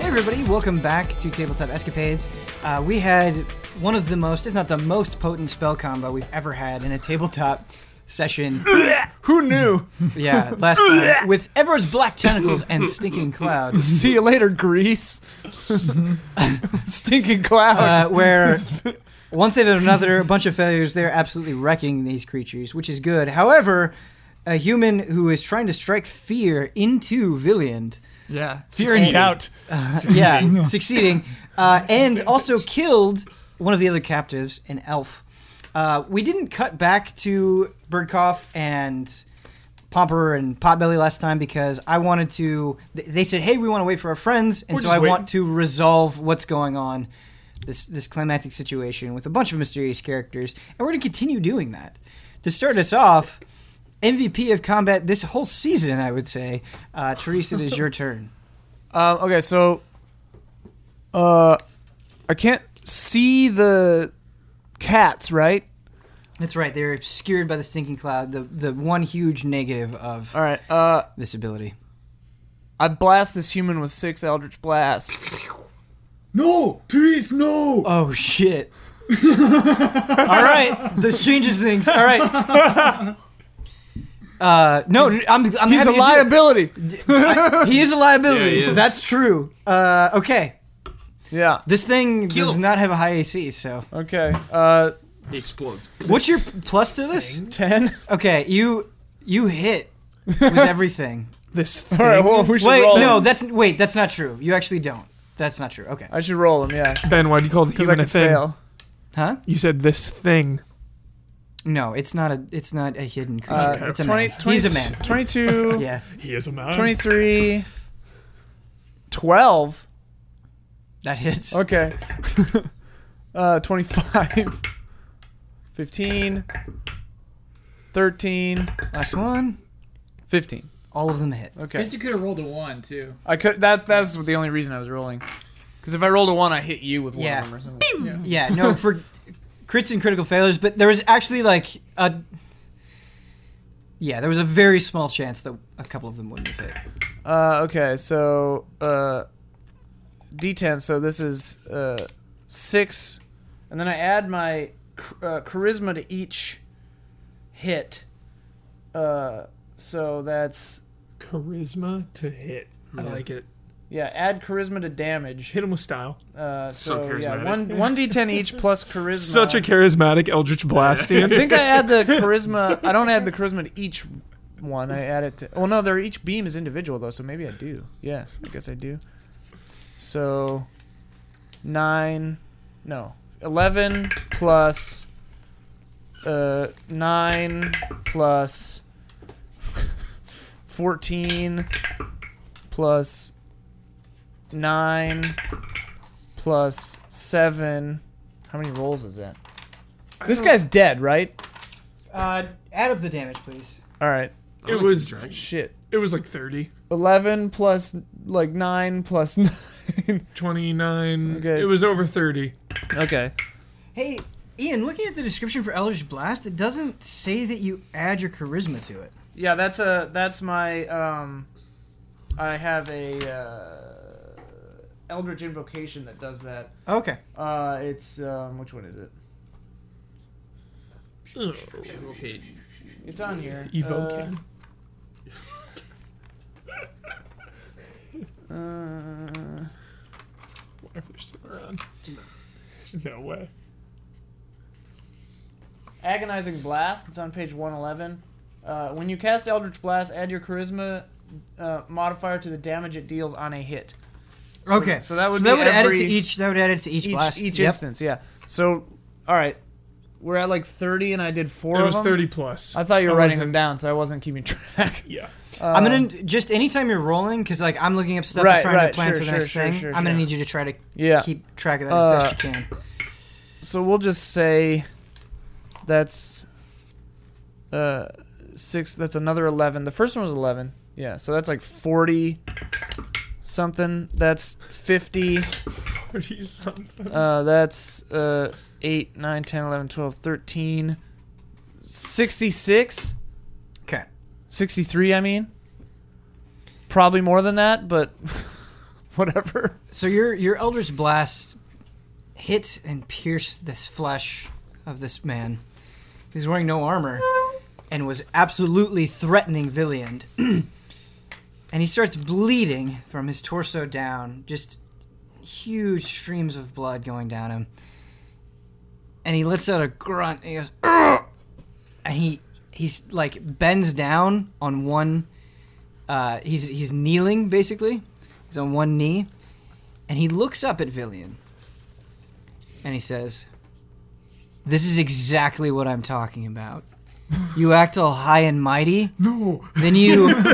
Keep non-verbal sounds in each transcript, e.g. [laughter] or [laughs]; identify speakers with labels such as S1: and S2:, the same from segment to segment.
S1: everybody, welcome back to Tabletop Escapades. Uh, we had one of the most, if not the most potent spell combo we've ever had in a tabletop session.
S2: Who knew? [laughs]
S1: yeah, last night with Everard's black tentacles and stinking cloud,
S2: See you later, Grease. [laughs] Stinking cloud.
S1: uh, where once they've had another bunch of failures, they're absolutely wrecking these creatures, which is good. However, a human who is trying to strike fear into Villiand.
S2: yeah. Fear and doubt.
S1: yeah,
S2: [laughs]
S1: succeeding, uh, and also killed one of the other captives, an elf. Uh, we didn't cut back to Birdcough and Pomper and Potbelly last time because I wanted to. th- They said, "Hey, we want to wait for our friends," and
S2: We're
S1: so
S2: just
S1: I
S2: waiting.
S1: want to resolve what's going on. This this climactic situation with a bunch of mysterious characters, and we're going to continue doing that. To start us off, MVP of combat this whole season, I would say. Uh, Teresa, it is
S2: [laughs]
S1: your turn.
S2: Um, okay, so uh, I can't see the cats, right?
S1: That's right. They're obscured by the stinking cloud. The the one huge negative of
S2: All right. Uh,
S1: this ability.
S2: I blast this human with six Eldritch blasts.
S3: No, trees, no.
S1: Oh shit! [laughs] All right, this changes things. All right. [laughs] Uh, no, I'm I'm
S2: He's
S1: happy
S2: a
S1: to do it.
S2: liability.
S1: [laughs] I- he is a liability.
S4: Yeah, he is.
S1: That's true. Uh, okay,
S2: yeah.
S1: this thing
S4: Kill
S1: does
S4: him.
S1: not have a high AC. So,
S2: Okay. Uh,
S4: He explodes.
S1: what's your plus to this?
S2: ten.
S1: Okay, you you hit
S2: [laughs]
S1: [laughs] with everything.
S2: This. Thing. All right. Well, we should
S1: wait,
S2: roll.
S1: no,
S2: Him.
S1: that's wait, that's not true. You actually don't. That's not true. Okay,
S2: I should roll him. Yeah.
S5: Ben, why do you call the
S2: Because I
S5: human a
S2: could
S5: thing?
S2: fail.
S1: huh?
S5: You said this thing.
S1: No, it's not a it's not a hidden creature.
S2: Uh,
S1: it's a
S2: 20,
S1: man. He's a man.
S2: 22.
S1: Yeah.
S5: He is a man.
S2: 23 12
S1: That hits.
S2: okay [laughs] uh 25 15 13
S1: Last one.
S2: 15
S1: All of them hit.
S3: I
S2: okay
S3: guess you could have rolled a one too.
S2: i could that that's the only reason i was rolling because if i rolled a one i hit you with one
S1: Yeah.
S2: of them or something
S1: Yeah, no, for crits and critical failures, but there was actually like a Yeah, there was a very small chance that a couple of them wouldn't have hit.
S2: uh okay so uh d10 so this is uh six and then i add my ch- uh, charisma to each hit uh so that's
S5: Charisma to hit. I like it.
S2: Yeah, add charisma to damage.
S5: Hit him with style.
S2: Uh,
S4: So
S2: so yeah,
S4: charismatic.
S2: one one d10 each plus charisma.
S5: Such a charismatic Eldritch Blast,
S2: I
S5: [laughs] dude.
S2: think I add the charisma. I don't add the charisma to each one. I add it to. Well, no, they're each beam is individual though, so maybe I do. Yeah, I guess I do. So nine, no, eleven plus uh nine plus fourteen plus nine plus seven. How many rolls is that? This guy's dead, right?
S1: Uh add up the damage, please.
S2: All right.
S4: I
S5: It
S4: like
S5: was-
S4: the dragon.
S2: Shit.
S5: It was like 30.
S2: 11 plus like 9 plus [laughs] 9.
S5: 29.
S2: Okay.
S5: It was over 30.
S2: okay.
S1: Hey, Ian, looking at the description for Eldritch Blast, it doesn't say that you add your charisma to it.
S2: Yeah, that's a that's my um I have a uh Eldritch invocation that does that.
S1: Okay.
S2: Uh it's um which one is it?
S4: Okay.
S2: It's on here.
S5: Evoking.
S2: Uh, uh,
S5: What if they're still around? No way.
S2: Agonizing Blast. It's on page 111. Uh, when you cast Eldritch Blast, add your charisma uh, modifier to the damage it deals on a hit.
S1: Okay.
S2: so that would
S1: that
S2: be
S1: would add it to
S2: every-
S1: each that would add it to each,
S2: each
S1: blast.
S2: each
S1: Yep.
S2: instance. Yeah. So, all right, we're at like thirty, and I did four.
S5: It
S2: of
S5: was
S2: them.
S5: 30 plus.
S2: I thought you were
S5: I
S2: writing
S5: wasn't-
S2: them down, so I wasn't keeping [laughs] track.
S5: Yeah. [laughs]
S1: I'm gonna just anytime you're rolling, because like I'm looking up stuff and
S2: Um, Right,
S1: trying
S2: right,
S1: to plan
S2: sure,
S1: for the
S2: sure,
S1: next
S2: sure,
S1: thing.
S2: sure,
S1: I'm gonna
S2: sure.
S1: need you to try to
S2: Yeah.
S1: keep track of that as
S2: Uh,
S1: best you can.
S2: So we'll just say that's uh six. That's another eleven. The first one was eleven. Yeah. So that's like forty something. That's fifty.
S5: 30 something.
S2: Uh, that's uh 8 9 10 11 12 13 66
S1: Okay.
S2: 63 i mean probably more than that but [laughs] whatever.
S1: So your your Eldritch Blast hit and pierce this flesh of this man. He's wearing no armor and was absolutely threatening Villiand. [clears throat] and he starts bleeding from his torso down, just huge streams of blood going down him. And he lets out a grunt and he goes, "Ugh!" and he he's like bends down on one. Uh, he's he's kneeling basically. He's on one knee, and he looks up at Villian, and he says, "This is exactly what I'm talking about. You act all high and mighty,
S5: No.
S1: then you." [laughs]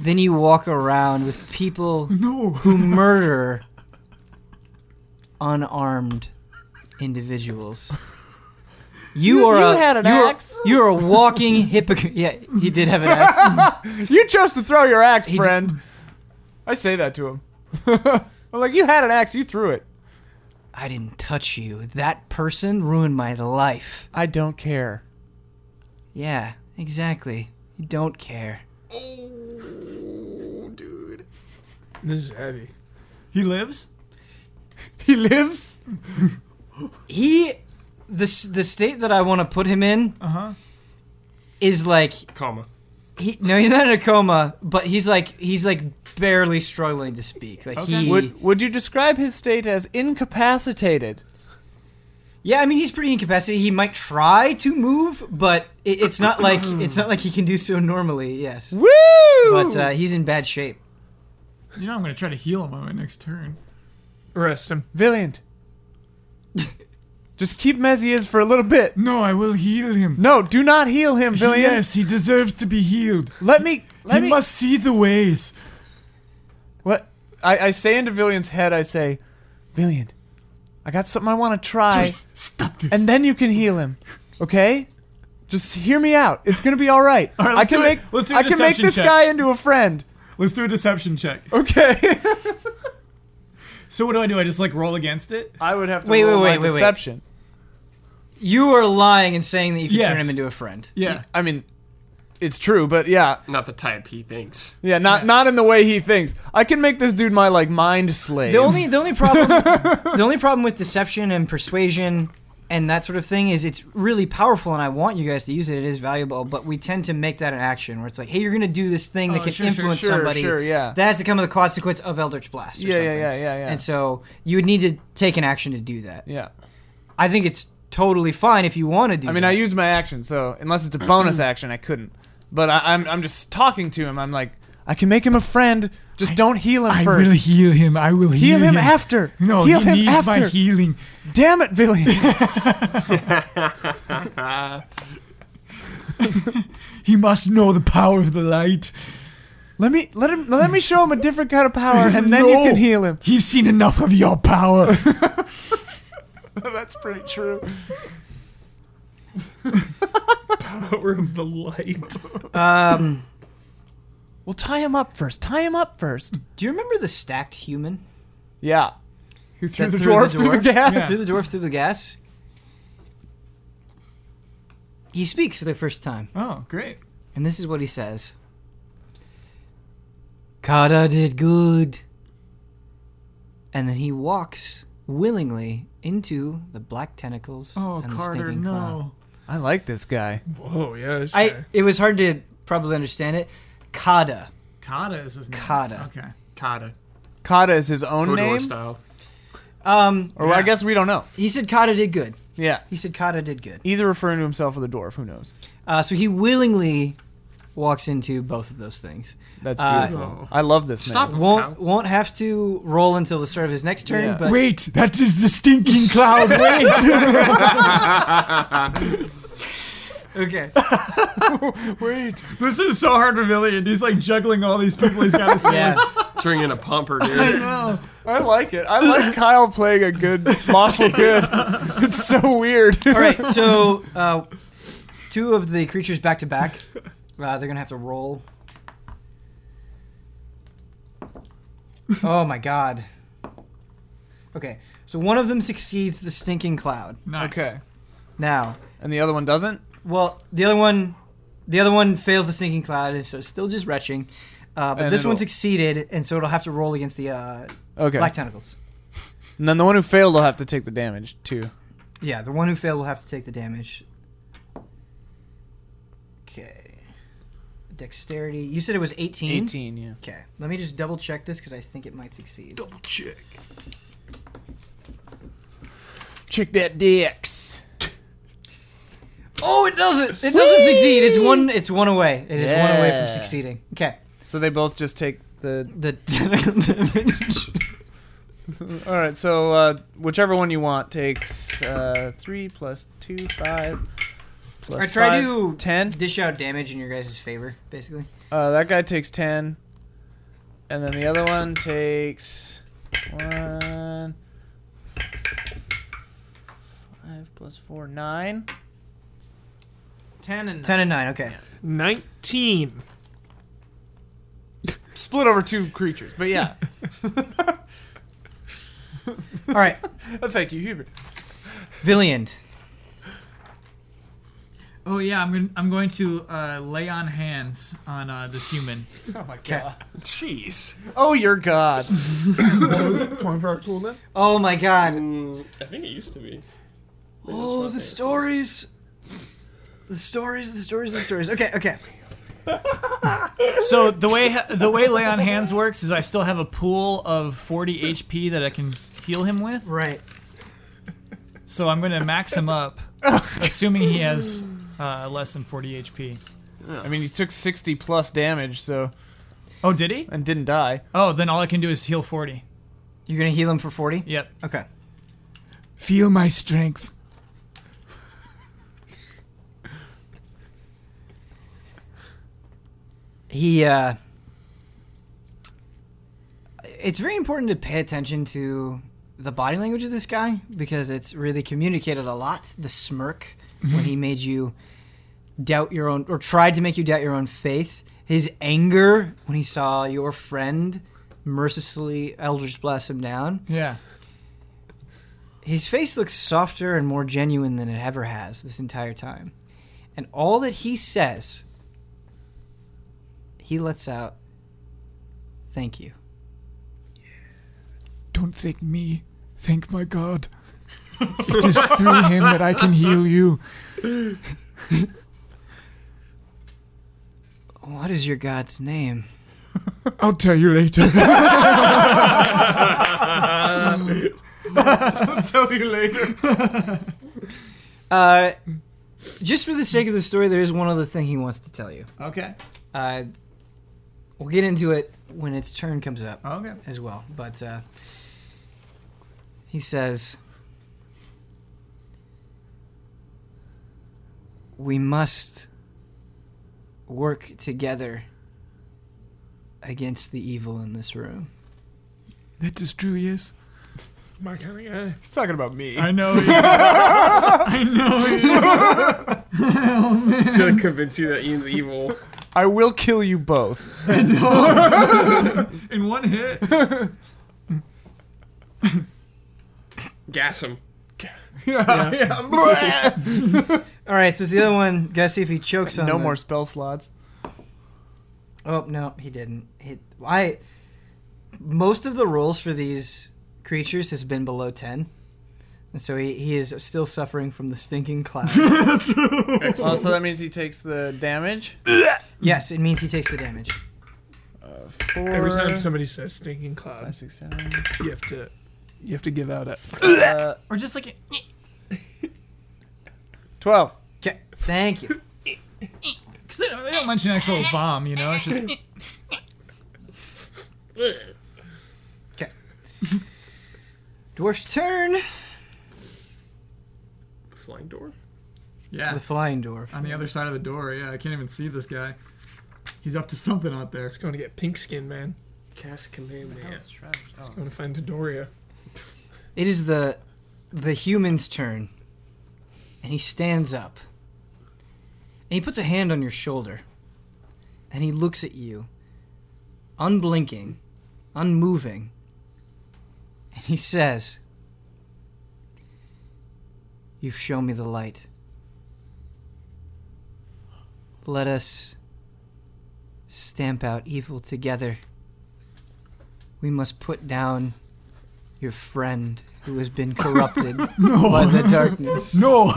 S1: Then you walk around with people
S5: No.
S1: who murder unarmed individuals. You, are a,
S2: you had an
S1: you are-
S2: axe.
S1: you are a walking hypocrite. Yeah, he did have an axe.
S2: You chose to throw your axe,
S1: He d-
S2: friend. I say that to him. [laughs] I'm like, you had an axe, you threw it.
S1: I didn't touch you. That person ruined my life.
S2: I don't care.
S1: Yeah, exactly. You don't care.
S5: Oh, dude.
S4: This is heavy.
S5: He lives?
S2: [laughs] He lives.
S1: He, the s- the state that I want to put him in
S2: Uh
S5: Uh-huh.
S2: huh.
S1: is like
S5: Comma.
S1: he. No, he's not in a coma, but he's like he's like barely struggling to speak. Like he.
S2: Would Would you describe his state as incapacitated?
S1: Yeah, I mean he's pretty incapacitated. He might try to move, but it, it's not like it's not like he can do so normally. Yes,
S2: Woo!
S1: but uh, he's in bad shape.
S3: You know I'm gonna try to heal him on my next turn.
S4: Arrest him.
S2: Valiant. Just keep him as he is for a little bit.
S5: No, I will heal him.
S2: No, do not heal him, Valiant.
S5: Yes, he deserves to be healed.
S2: Let me. Let
S5: he
S2: me.
S5: must see the ways.
S2: What? I, I say into Villian's head, I say, Villian, I got something I want to try,
S5: Just stop this.
S2: and then you can heal him, okay? Just hear me out. It's gonna be all right.
S5: right,
S2: I
S5: let's
S2: can
S5: do it.
S2: make
S5: Let's do a
S2: I can make
S5: deception
S2: this
S5: check.
S2: guy into a friend,
S5: Let's do a deception check.
S2: okay? [laughs]
S5: So what do I do? I just like roll against it?
S2: I would have to
S1: Wait,
S2: roll
S1: wait, wait,
S2: my
S1: wait, wait.
S2: deception.
S1: You are lying and saying that you can turn
S5: Yes.
S1: him into a friend.
S5: Yeah.
S2: I mean, it's true, but yeah,
S4: Not the type he thinks.
S2: yeah, not not in the way he thinks. I can make this dude my like mind slave.
S1: The only the only problem the only problem with deception and persuasion and that sort of thing is it's really powerful and I want you guys to use it. It is valuable, but we tend to make that an action where it's like, hey, you're gonna do this thing that
S2: Oh,
S1: can
S2: sure, sure,
S1: influence
S2: sure,
S1: somebody.
S2: sure, yeah.
S1: That has to come with a consequence of Eldritch Blast or
S2: yeah, yeah,
S1: something.
S2: yeah, yeah, yeah,
S1: And so you would need to take an action to do that.
S2: yeah.
S1: I think it's totally fine if you want to do
S2: I mean,
S1: that.
S2: I used my action, so unless it's a
S5: [clears throat]
S2: bonus action, I couldn't. But I, I'm, I'm just talking to him. I'm like, I can make him a friend. Just don't heal him
S5: I
S2: first.
S5: will heal him. I will heal,
S2: heal him after.
S5: No,
S2: heal
S5: he
S2: him
S5: needs
S2: after.
S5: my healing.
S2: Damn it,
S5: [laughs]
S2: Villian.
S5: He must know the power of the light.
S2: let me let him let me show him a different kind of power, and then
S5: [laughs] No.
S2: you can heal him.
S5: He's seen enough of
S2: [laughs]
S5: your [laughs] power.
S2: That's pretty [laughs] true.
S4: Power of the light.
S1: um
S2: Well, tie him up first. Tie him up first.
S1: do you remember the stacked human?
S2: Yeah. Who threw
S1: That
S2: the dwarf through the gas?
S1: Threw the dwarf through the gas. He speaks for the first time,
S5: oh, great.
S1: and this is what he says. Kada did good. And then he walks willingly into the black tentacles
S5: Oh,
S1: and the
S5: Carter,
S1: stinking cloud.
S5: no.
S2: I like this guy.
S4: Whoa, yeah. This
S1: I
S4: guy.
S1: it was hard to probably understand it. Kada.
S3: Kata is his name.
S1: Kata.
S3: Okay.
S4: Kata.
S2: Kata is his own
S4: Hodor
S2: name,
S4: style.
S1: Um
S2: or well, I
S3: Yeah.
S2: guess we don't know.
S1: he said Kada did good.
S2: Yeah.
S1: He said Kada did good.
S2: Either referring to himself or the dwarf. Who knows?
S1: Uh, so he willingly walks into both of those things.
S2: That's
S1: Uh,
S2: beautiful. I love this.
S4: Stop.
S2: man.
S1: Won't
S4: Cow.
S1: won't have to roll until the start of his next turn,
S2: Yeah.
S1: but
S5: Wait, that is the stinking cloud. Wait.
S1: [laughs] okay.
S5: Wait. [laughs] This is so hard for Villian. He's like juggling all these people he's
S2: [laughs]
S5: got to see. [laughs]
S1: Yeah.
S4: Turning in a pumper, dude.
S2: I like it. I like Kyle playing a good, lawful good. It's so weird.
S1: All
S2: [laughs]
S1: right. So uh, two of the creatures back to back. Uh, They're gonna have to roll. Oh my god. Okay. So one of them succeeds the stinking cloud.
S3: Nice.
S2: Okay.
S1: Now,
S2: And the other one doesn't?
S1: well, the other one, the other one fails the stinking cloud, and so it's still just retching. Uh, but
S2: And
S1: this one
S2: it'll-
S1: succeeded, and so it'll have to roll against the uh,
S2: Okay.
S1: black tentacles.
S2: And then the one who failed will have to take the damage too.
S1: Yeah, the one who failed will have to take the damage. Okay. Dexterity. You said it was 18?
S2: 18, yeah.
S1: Okay. Let me just double check this because I think it might succeed.
S4: Double check.
S2: Check that DX.
S1: Oh, it doesn't. It doesn't succeed. It's one it's one away. It is one away
S2: Yeah.
S1: from succeeding. Okay.
S2: So they both just take the.
S1: The tentacle [laughs] damage.
S2: All right. So uh, whichever one you want takes uh, three plus two, five. Plus
S1: I try
S2: five,
S1: to-
S2: ten.
S1: Dish out damage in your guys' favor, basically.
S2: Uh, that guy takes ten, and then the other one takes one. Five plus four, nine. Ten and
S1: 10 and 9, okay.
S4: 19.
S2: split over two creatures. But [laughs] yeah,
S1: All right.
S2: Oh, thank you, Hubert.
S1: Villiand.
S3: Oh yeah, I'm going. I'm going to uh, lay on hands on uh, this human.
S2: Oh my
S1: Okay.
S2: god.
S4: Jeez.
S2: Oh, your god.
S1: Oh my god.
S4: Mm, I think it used to be.
S1: Oh, the stories. The stories, the stories, the stories. Okay, okay.
S3: So the way the way lay on hands works is I still have a pool of 40 HP that I can heal him with.
S1: Right.
S3: So I'm going to max him up, assuming he has uh, less than 40 HP.
S2: [laughs] I mean, he took sixty plus damage, so
S3: Oh, did he?
S2: and didn't die.
S3: Oh, then all I can do is heal 40.
S1: You're gonna heal him for 40?
S3: Yep.
S1: Okay.
S3: Feel my strength.
S1: He, uh. It's very important to pay attention to the body language of this guy because it's really communicated a lot. The smirk when he made you doubt your own, or tried to make you doubt your own faith. His anger when he saw your friend mercilessly Eldritch Blast him down.
S3: Yeah.
S1: His face looks softer and more genuine than it ever has this entire time. And all that he says, he lets out, Thank you.
S5: Don't thank me. Thank my God. it is through him that I can heal you.
S1: What is your god's name?
S5: I'll tell you later. [laughs]
S4: Tell you later.
S1: Uh, just for the sake of the story, there is one other thing he wants to tell you.
S5: okay.
S1: Uh, we'll get into it when its turn comes up.
S5: Okay.
S1: as well. But uh, he says, We must work together against the evil in this room.
S5: That is true, yes.
S4: My kind of
S6: uh,
S4: guy.
S2: He's talking about me.
S5: I know. Yes. I know. Yes.
S4: to convince you that Ian's evil.
S2: I will kill you both.
S5: In one hit.
S4: Gas [laughs] him.
S1: All right, so it's the other one. Gotta see if he chokes on.
S2: no
S1: the-
S2: more spell slots.
S1: Oh no, he didn't. He, I. Most of the rolls for these creatures has been below ten, and so he, he is still suffering from the stinking cloud.
S2: [laughs] Oh, so that means he takes the damage.
S1: yes, it means he takes the damage.
S2: Four,
S6: Every time somebody says stinking
S2: five,
S6: cloud,
S2: six, seven.
S6: you have to you have to give out a
S2: Uh,
S3: Or just like
S2: Twelve.
S1: Okay, thank you.
S3: because they, don't- they don't mention actual bomb, you know. It's just
S1: Dwarf's turn.
S4: The flying dwarf?
S5: [laughs] Yeah.
S1: The flying dwarf.
S5: On the other side of the door. Yeah. I can't even see this guy. He's up to something out there.
S6: it's going to get pink skin, man.
S4: Cast command man.
S5: Oh.
S6: It's going to find Dodoria.
S1: It is the the human's turn. And he stands up. And he puts a hand on your shoulder. And he looks at you, unblinking, unmoving. And he says, You've shown me the light. Let us stamp out evil together. We must put down your friend who has been corrupted by the darkness.
S5: [laughs]
S6: [laughs]
S5: No.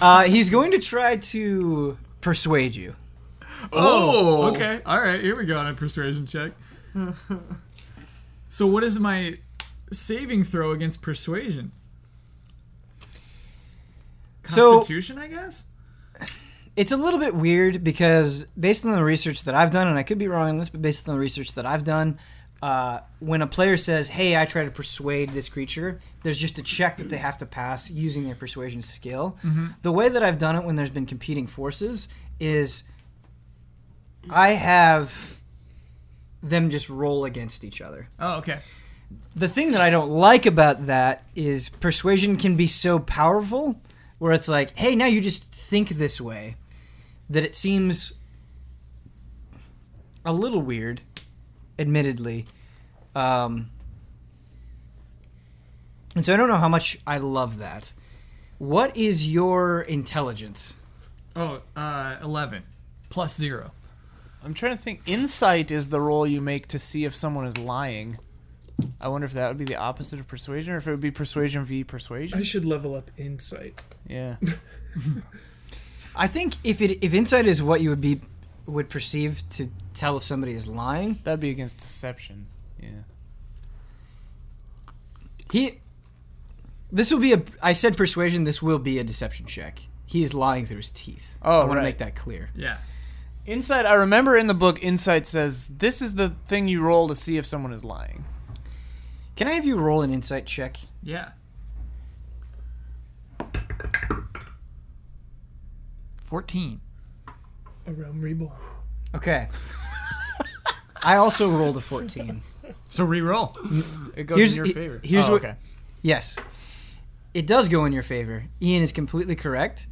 S1: Uh, he's going to try to persuade you.
S5: oh. Okay. All right. Here we go on a persuasion check. so what is my saving throw against persuasion?
S1: So-
S5: Constitution, I guess.
S1: It's a little bit weird because, based on the research that I've done, and I could be wrong on this, but based on the research that I've done, uh, when a player says, "Hey, I try to persuade this creature," there's just a check that they have to pass using their persuasion skill. The way that I've done it when there's been competing forces is, I have them just roll against each other.
S5: Oh, okay.
S1: the thing that I don't like about that is persuasion can be so powerful where it's like, hey, now you just think this way that it seems a little weird, admittedly. Um, and so I don't know how much I love that. What is your intelligence?
S5: Oh, uh, 11 plus zero.
S2: I'm trying to think. Insight is the role you make to see if someone is lying. I wonder if that would be the opposite of persuasion, or if it would be persuasion v
S6: I
S2: persuasion.
S6: should level up insight. [laughs]
S2: Yeah.
S1: I think if it if insight is what you would be would perceive to tell if somebody is lying,
S2: That'd be against deception. Yeah.
S1: He. This will be a. I said persuasion. This will be a deception check. He is lying through his teeth. I
S2: Oh,
S1: want
S2: right.
S1: to make that clear.
S5: Yeah.
S2: Insight, I remember in the book, Insight says, this is the thing you roll to see if someone is lying.
S1: Can I have you roll an insight check?
S5: Yeah. 14.
S6: A realm reborn.
S1: Okay. [laughs] I also rolled a fourteen.
S5: So re-roll.
S2: It goes
S1: Here's-
S2: in your
S1: he-
S2: favor.
S1: here's
S2: Oh,
S1: what-
S2: okay.
S1: Yes, it does go in your favor. Ian is completely correct.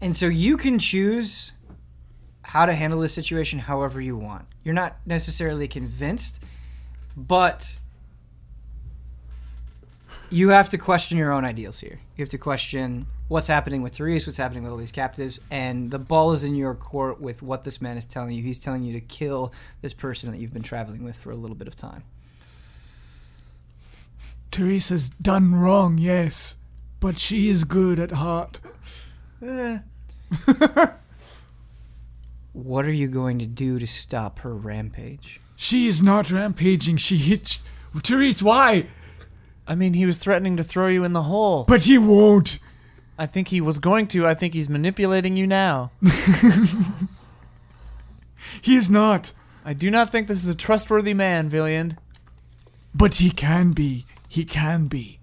S1: And so you can choose how to handle this situation however you want. You're not necessarily convinced, but you have to question your own ideals here. You have to question what's happening with Therese, what's happening with all these captives, and the ball is in your court with what this man is telling you. He's telling you to kill this person that you've been traveling with for a little bit of time.
S5: Teresa's done wrong, yes, but she is good at heart.
S1: What are you going to do to stop her rampage?
S5: She is not rampaging. She hit Therese, why?
S2: I mean, he was threatening to throw you in the hole.
S5: But he won't.
S2: I think he was going to. I think he's manipulating you now.
S5: He is not.
S2: I do not think this is a trustworthy man, Villian.
S5: But he can be. He can be.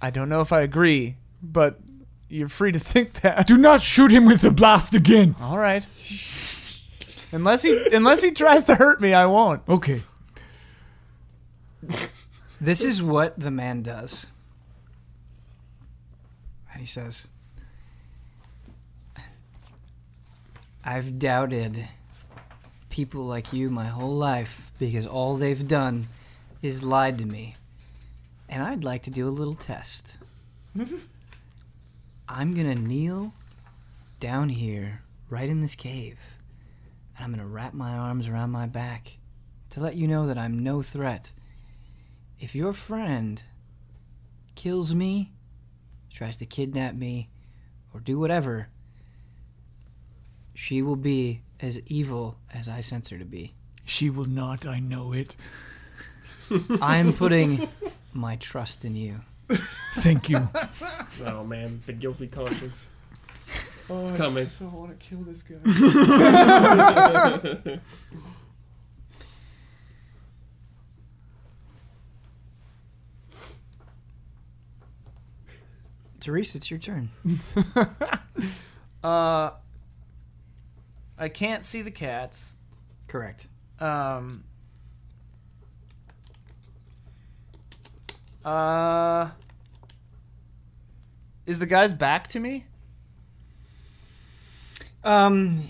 S2: I don't know if I agree, but you're free to [laughs] think that.
S5: Do not shoot him with the blast again.
S2: All right. Unless he unless he tries to hurt me, I won't.
S5: Okay.
S1: This is what the man does. And he says, I've doubted people like you my whole life because all they've done is lied to me. And I'd like to do a little test. I'm going to kneel down here, right in this cave, and I'm going to wrap my arms around my back to let you know that I'm no threat if your friend kills me, tries to kidnap me, or do whatever, she will be as evil as I sense her to [laughs] be.
S5: She will not, I know it.
S1: I'm putting my trust in you.
S5: Thank [laughs] you.
S4: Oh man, the guilty conscience. Oh, It's coming.
S6: So I want to kill this guy.
S1: Therese, it's your turn.
S2: Uh I can't see the cats.
S1: Correct.
S2: Um Uh Is the guy's back to me?
S1: Um,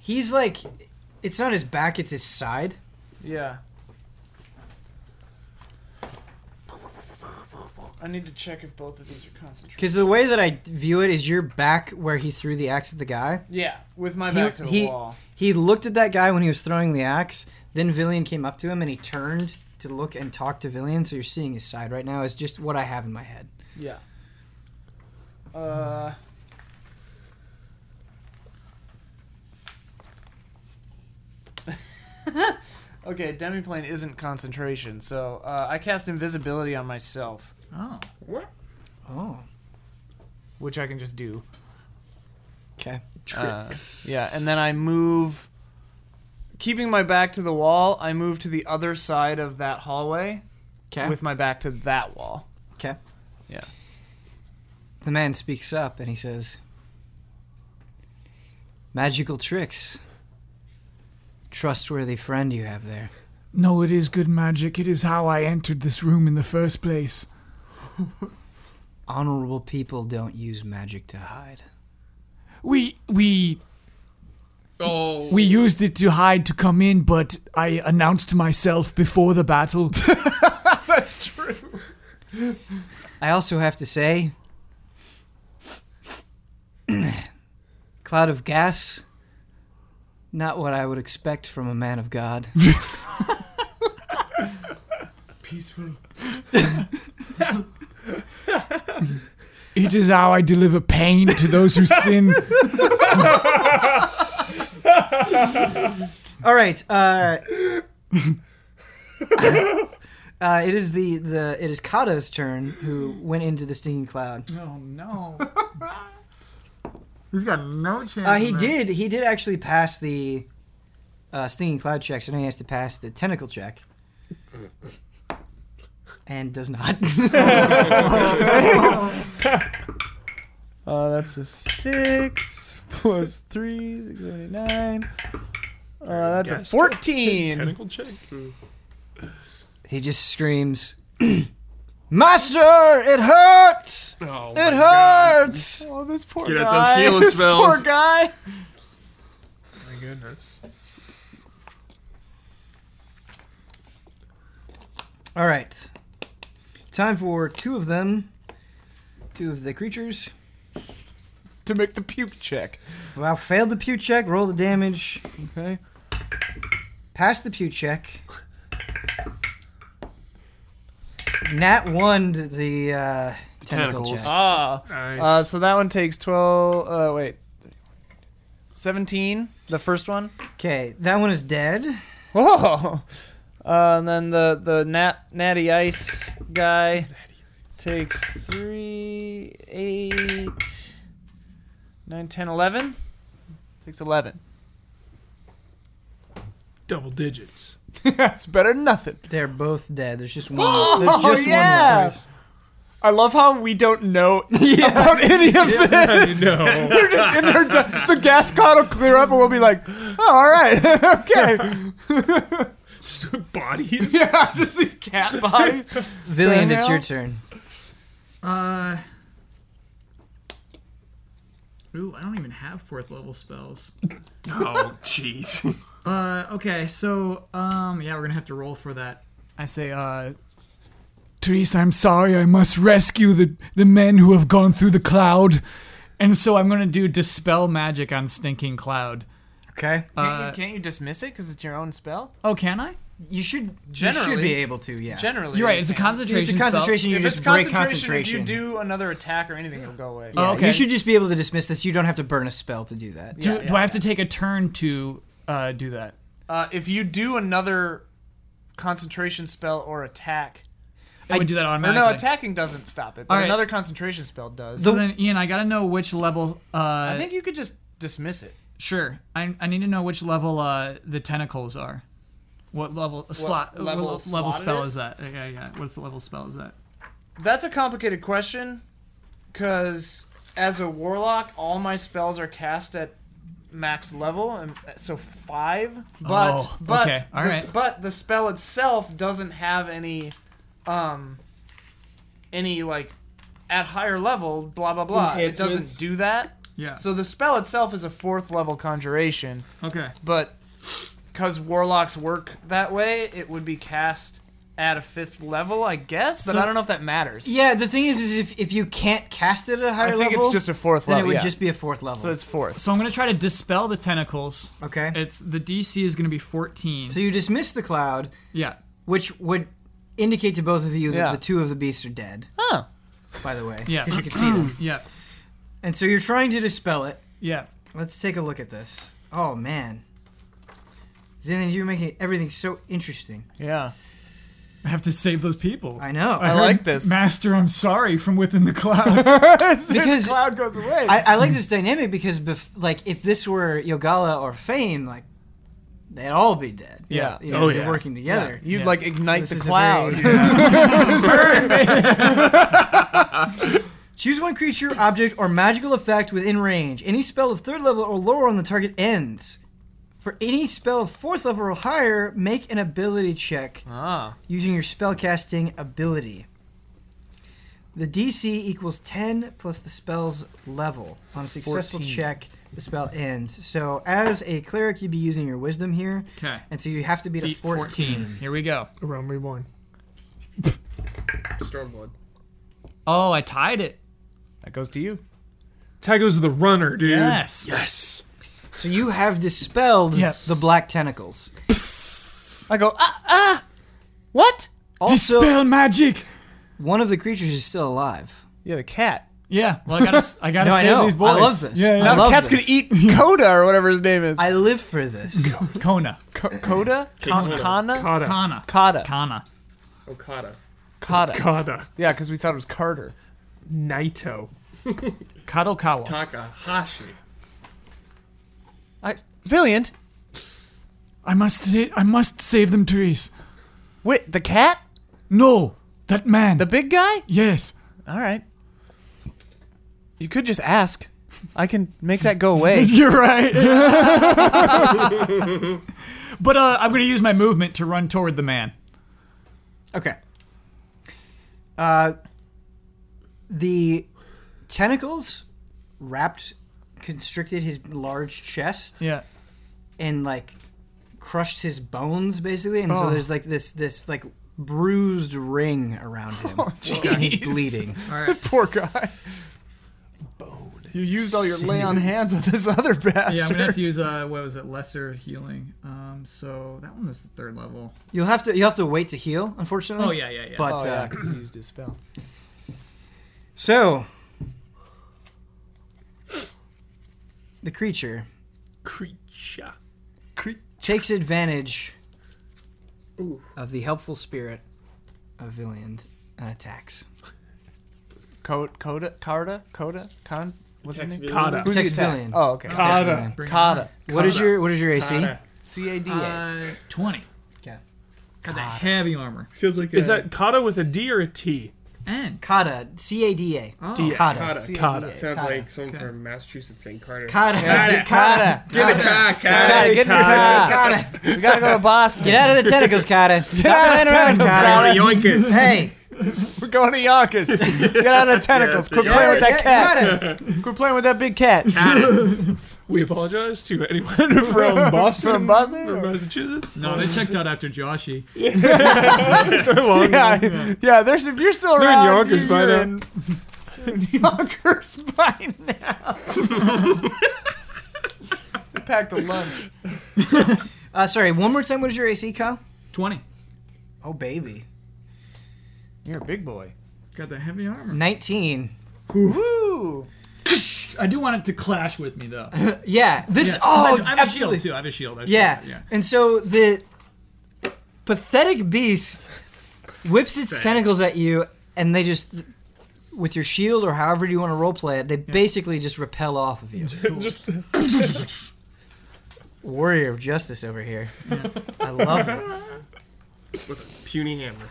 S1: he's like, it's not his back, it's his side.
S2: Yeah. I need to check if both of these are concentrated.
S1: Because the way that I view it is you're back where he threw the axe at the guy.
S2: Yeah, with my
S1: He-
S2: back to the
S1: he-
S2: wall.
S1: He looked at that guy when he was throwing the axe. Then Villian came up to him and he turned to look and talk to Villian. So you're seeing his side right now. Is just what I have in my head.
S2: Yeah. Uh. [laughs] okay, demiplane isn't concentration, so uh, I cast invisibility on myself,
S3: Oh.
S1: Oh,
S2: which I can just do.
S1: okay.
S2: Tricks. yeah, and then I move. Keeping my back to the wall, I move to the other side of that hallway
S1: Okay.
S2: with my back to that wall.
S1: Okay.
S2: Yeah.
S1: The man speaks up and he says, "Magical tricks. Trustworthy friend you have there."
S5: No, it is good magic. It is how I entered this room in the first place.
S1: Honorable people don't use magic to hide.
S5: We we
S4: Oh,
S5: we used it to hide to come in, but I announced myself before the [laughs] battle.
S2: That's true.
S1: I also have to say, [clears throat] cloud of gas, not what I would expect from a man of God.
S6: Peaceful.
S5: it is how I deliver pain to those [laughs] who sin.
S1: All right. Uh, [laughs] uh, it is the the it is Kata's turn who went into the stinking cloud.
S5: Oh [laughs] no. He's got no chance.
S1: Uh, he did he did actually pass the uh, stinging cloud check, so now he has to pass the tentacle check. And does not.
S2: Uh, that's a six plus three, six, seven, eight, nine. Uh, that's a
S4: Gasp.
S2: [laughs] fourteen.
S4: tentacle check. Mm.
S1: he just screams, [clears throat] "Master, it hurts!
S4: Oh, my
S1: It
S4: God.
S1: hurts!"
S2: Oh, this poor
S4: Get out those
S2: guy.
S4: healing
S2: this poor
S4: spells.
S2: guy.
S4: My goodness.
S1: All right, time for two of them, two of the creatures.
S2: To make the puke check.
S1: Well, failed the pew check, roll the damage,
S2: Okay.
S1: pass the pew check. Nat won the uh, tentacle
S4: tentacles.
S1: check.
S2: Ah.
S4: Nice.
S2: Uh, so that one takes twelve. Uh, wait. Seventeen. The first one.
S1: Okay, that one is dead.
S2: Whoa. Uh, and then the the nat natty ice guy takes three, eight, nine, ten, eleven. Takes eleven.
S5: [laughs]
S4: Double digits.
S2: [laughs] That's better than nothing.
S1: They're both dead. There's
S2: [laughs]
S1: just one.
S2: Oh,
S1: there's just
S2: yeah.
S1: one left.
S2: I love how we don't [laughs] know about any of this. [laughs]
S4: No.
S5: [laughs]
S2: They're just in there. The gas cloud will clear up, and we'll be like, "Oh, all right, [laughs] okay."
S4: Just bodies.
S2: yeah, [laughs] just these cat [laughs] bodies.
S1: Villian, it's your
S2: Daniel?
S1: turn.
S5: Uh. Ooh, I don't even have fourth level spells.
S4: Oh, [laughs] jeez.
S5: Uh, okay, so um, yeah, we're gonna have to roll for that. I say, uh, Therese, I'm sorry. I must rescue the the men who have gone through the cloud, and so I'm gonna do dispel magic on stinking cloud.
S1: Okay.
S5: Uh,
S2: can't you dismiss it because it's your own spell?
S5: oh, can I?
S1: You should you should
S2: Generally-
S1: be able to. Yeah.
S2: Generally,
S5: You're right. It's a
S1: It's
S5: concentration.
S1: a concentration. You
S2: If
S1: just
S2: it's
S1: break
S2: concentration,
S1: concentration.
S2: if you do another attack or anything, it'll go away.
S1: Yeah,
S5: Oh, okay.
S1: You should just be able to dismiss this. You don't have to burn a spell to do that.
S5: Spell. Do,
S2: Yeah,
S5: do
S2: yeah,
S5: I have to take a turn to uh, do that?
S2: Uh, if you do another concentration spell or attack,
S5: I would do that
S2: or
S5: automatically.
S2: no, attacking doesn't stop it, but
S5: All right.
S2: another concentration spell does.
S5: So then, Ian, I gotta know which level. Uh,
S2: I think you could just dismiss it.
S5: Sure. I, I need to know which level uh, the tentacles are. What level slot? What
S2: level
S5: level,
S2: slot it
S5: spell
S2: is?
S5: is that? Yeah, yeah. What's the level spell is that?
S2: That's a complicated question, because as a warlock, all my spells are cast at max level, and so five. But
S5: Oh,
S2: but
S5: okay, all
S2: the,
S5: right.
S2: but the spell itself doesn't have any, um, any like at higher level blah blah blah. It
S4: Enhancements.
S2: doesn't do that.
S5: Yeah.
S2: So the spell itself is a fourth level conjuration,
S5: okay.
S2: but because warlocks work that way, it would be cast at a fifth level, I guess, but
S3: So-
S2: I don't know if that matters.
S1: Yeah, the thing is, is if, if you can't cast it at a higher
S2: I
S1: level,
S2: think it's just a fourth
S1: then it
S2: level.
S1: would
S2: yeah.
S1: just be a fourth level.
S2: so it's fourth.
S3: So I'm gonna try to dispel the tentacles.
S1: okay.
S3: It's the DC is gonna be 14.
S1: so you dismiss the cloud,
S3: yeah.
S1: which would indicate to both of you that
S2: Yeah.
S1: the two of the beasts are dead.
S2: Huh.
S1: By the way,
S3: Yeah.
S1: because you can see
S2: [clears throat]
S1: them.
S3: Yeah.
S1: And so you're trying to dispel it.
S3: Yeah.
S1: Let's take a look at this. Oh man, Vin, you're making everything so interesting. [laughs]
S2: Yeah.
S5: I have to save those people.
S1: I know.
S2: I like this.
S5: Master, I'm sorry from within
S2: [laughs]
S5: the cloud.
S1: because
S2: Cloud goes away.
S1: I, I like this dynamic because, bef- like, if this were Yogala or Fame, like, they'd all be dead.
S2: Yeah.
S1: You know,
S4: Oh,
S1: they're
S4: yeah.
S1: working together.
S2: You'd
S3: Yeah.
S2: like ignite
S1: this
S2: the
S1: is a
S2: cloud.
S1: [laughs] very- [laughs] Choose one creature, object, or magical effect within range. Any spell of third level or lower on the target ends. For any spell of fourth level or higher, make an ability check
S2: ah.
S1: using your spellcasting ability. The DC equals 10 plus the spell's level. On a successful
S2: 14.
S1: check, the spell ends. So, as a cleric, you'd be using your wisdom here,
S3: Okay.
S1: and so you have to beat a
S3: Beat 14.
S1: 14.
S3: Here we go.
S6: A realm reborn.
S4: Stormblood.
S3: Oh, I tied it.
S2: That goes to you.
S6: Tygo's the runner, dude.
S3: Yes.
S4: Yes.
S1: So, you have dispelled
S3: Yep.
S1: the black tentacles.
S2: I go, ah, ah. What?
S1: Also,
S5: Dispel magic.
S1: one of the creatures is still alive.
S2: Yeah, the cat.
S5: Yeah.
S3: Well, I gotta. s- I gotta
S1: No, I
S3: save
S1: know.
S3: these
S1: I
S3: boys.
S1: love this.
S5: Yeah, yeah.
S1: I
S5: Now
S1: love
S2: Cats
S1: this.
S2: could eat [laughs] Coda or whatever his name is.
S1: I live for this.
S3: Kona.
S2: Co- Coda? Con- Kana?
S6: Kada.
S3: Kana.
S2: Coda.
S3: Kana.
S4: Okada.
S2: Coda.
S6: Kada.
S2: Yeah, because we thought it was Carter.
S6: Naito.
S3: Kadokawa.
S4: Takahashi.
S2: I, Valiant.
S5: I must. sa- I must save them, Therese.
S2: Wait, the cat?
S5: No, that man.
S2: The big guy?
S5: yes.
S2: All right. You could just ask. I can make that [laughs] go away.
S5: You're right. [laughs] but uh, I'm gonna use my movement to run toward the man.
S1: Okay. Uh, the tentacles wrapped, constricted his large chest
S3: Yeah.
S1: and like crushed his bones basically, and so there's like this this like bruised ring around him. and he's bleeding.
S2: Poor guy. You used all your lay on hands on this other bastard.
S5: Yeah, I'm gonna have to use uh, what was it, lesser healing. Um, so that one was the third level.
S1: You'll have to you'll have to wait to heal, unfortunately.
S3: Oh yeah, yeah, yeah.
S1: But
S2: Oh,
S1: uh,
S2: yeah, because you used his spell.
S1: so the creature
S4: Creature.
S1: takes advantage
S4: Ooh.
S1: of the helpful spirit of Villiand and attacks.
S2: Co- Coda? Carda? Coda? Con? What's his name?
S4: Kada.
S2: Who's he
S1: Text
S2: attack?
S1: Villian.
S2: Oh, okay.
S6: Kada.
S1: Villian.
S3: Bring it
S2: Coda.
S1: What is your what is your AC?
S4: Kada.
S2: C-A-D-A.
S3: on. Uh, Twenty.
S1: Okay.
S3: Got that heavy armor.
S4: Feels like
S6: Is
S4: a-
S6: that Kada with a D or a T?
S3: And
S1: Kada, C A D A.
S3: Oh.
S1: Kada.
S4: Kada.
S1: Kada.
S2: C-A-D-A.
S6: Kada.
S4: Sounds
S1: Kada.
S4: like someone from Massachusetts saying Carter.
S1: Kada.
S2: Coda.
S4: Get in the car,
S2: Coda.
S4: Kada.
S2: Get in the car. We gotta go to Boston.
S1: Get out of the tentacles, Kada. Stop playing around,
S3: [laughs]
S1: Kada.
S4: Yoinkers.
S1: Hey,
S2: We're going to Yonkers. Get out of the tentacles. Quit playing with that
S1: get
S2: cat.
S1: Kada.
S2: Quit playing with that big cat. [laughs]
S6: We apologize to anyone from Boston,
S2: From Boston?
S6: or
S5: [laughs]
S6: Massachusetts.
S3: no, they checked out after Joshi.
S2: yeah, yeah. There's if you're still
S6: They're in
S2: around,
S6: Yonkers by
S2: you're
S6: now.
S2: in- [laughs] Yonkers by now. Packed a lunch.
S1: Uh, sorry, one more time. What is your AC, Kyle?
S3: Twenty.
S1: Oh, baby.
S2: You're a big boy.
S3: Got that heavy armor.
S1: 19.
S2: [laughs] Woo!
S3: I do want it to clash with me though.
S1: Yeah,
S3: [laughs]
S1: this.
S3: Yeah, 'cause I
S1: Oh,
S3: do- I have
S1: absolutely.
S3: a shield too. I have a shield. I have a
S1: Yeah.
S3: shield,
S1: And so the pathetic beast whips its tentacles at you, and they just, with your shield or however you want to roleplay it, they basically just repel off of you.
S3: [laughs]
S6: Just
S1: Warrior of Justice over here. I love it.
S4: With a puny hammer.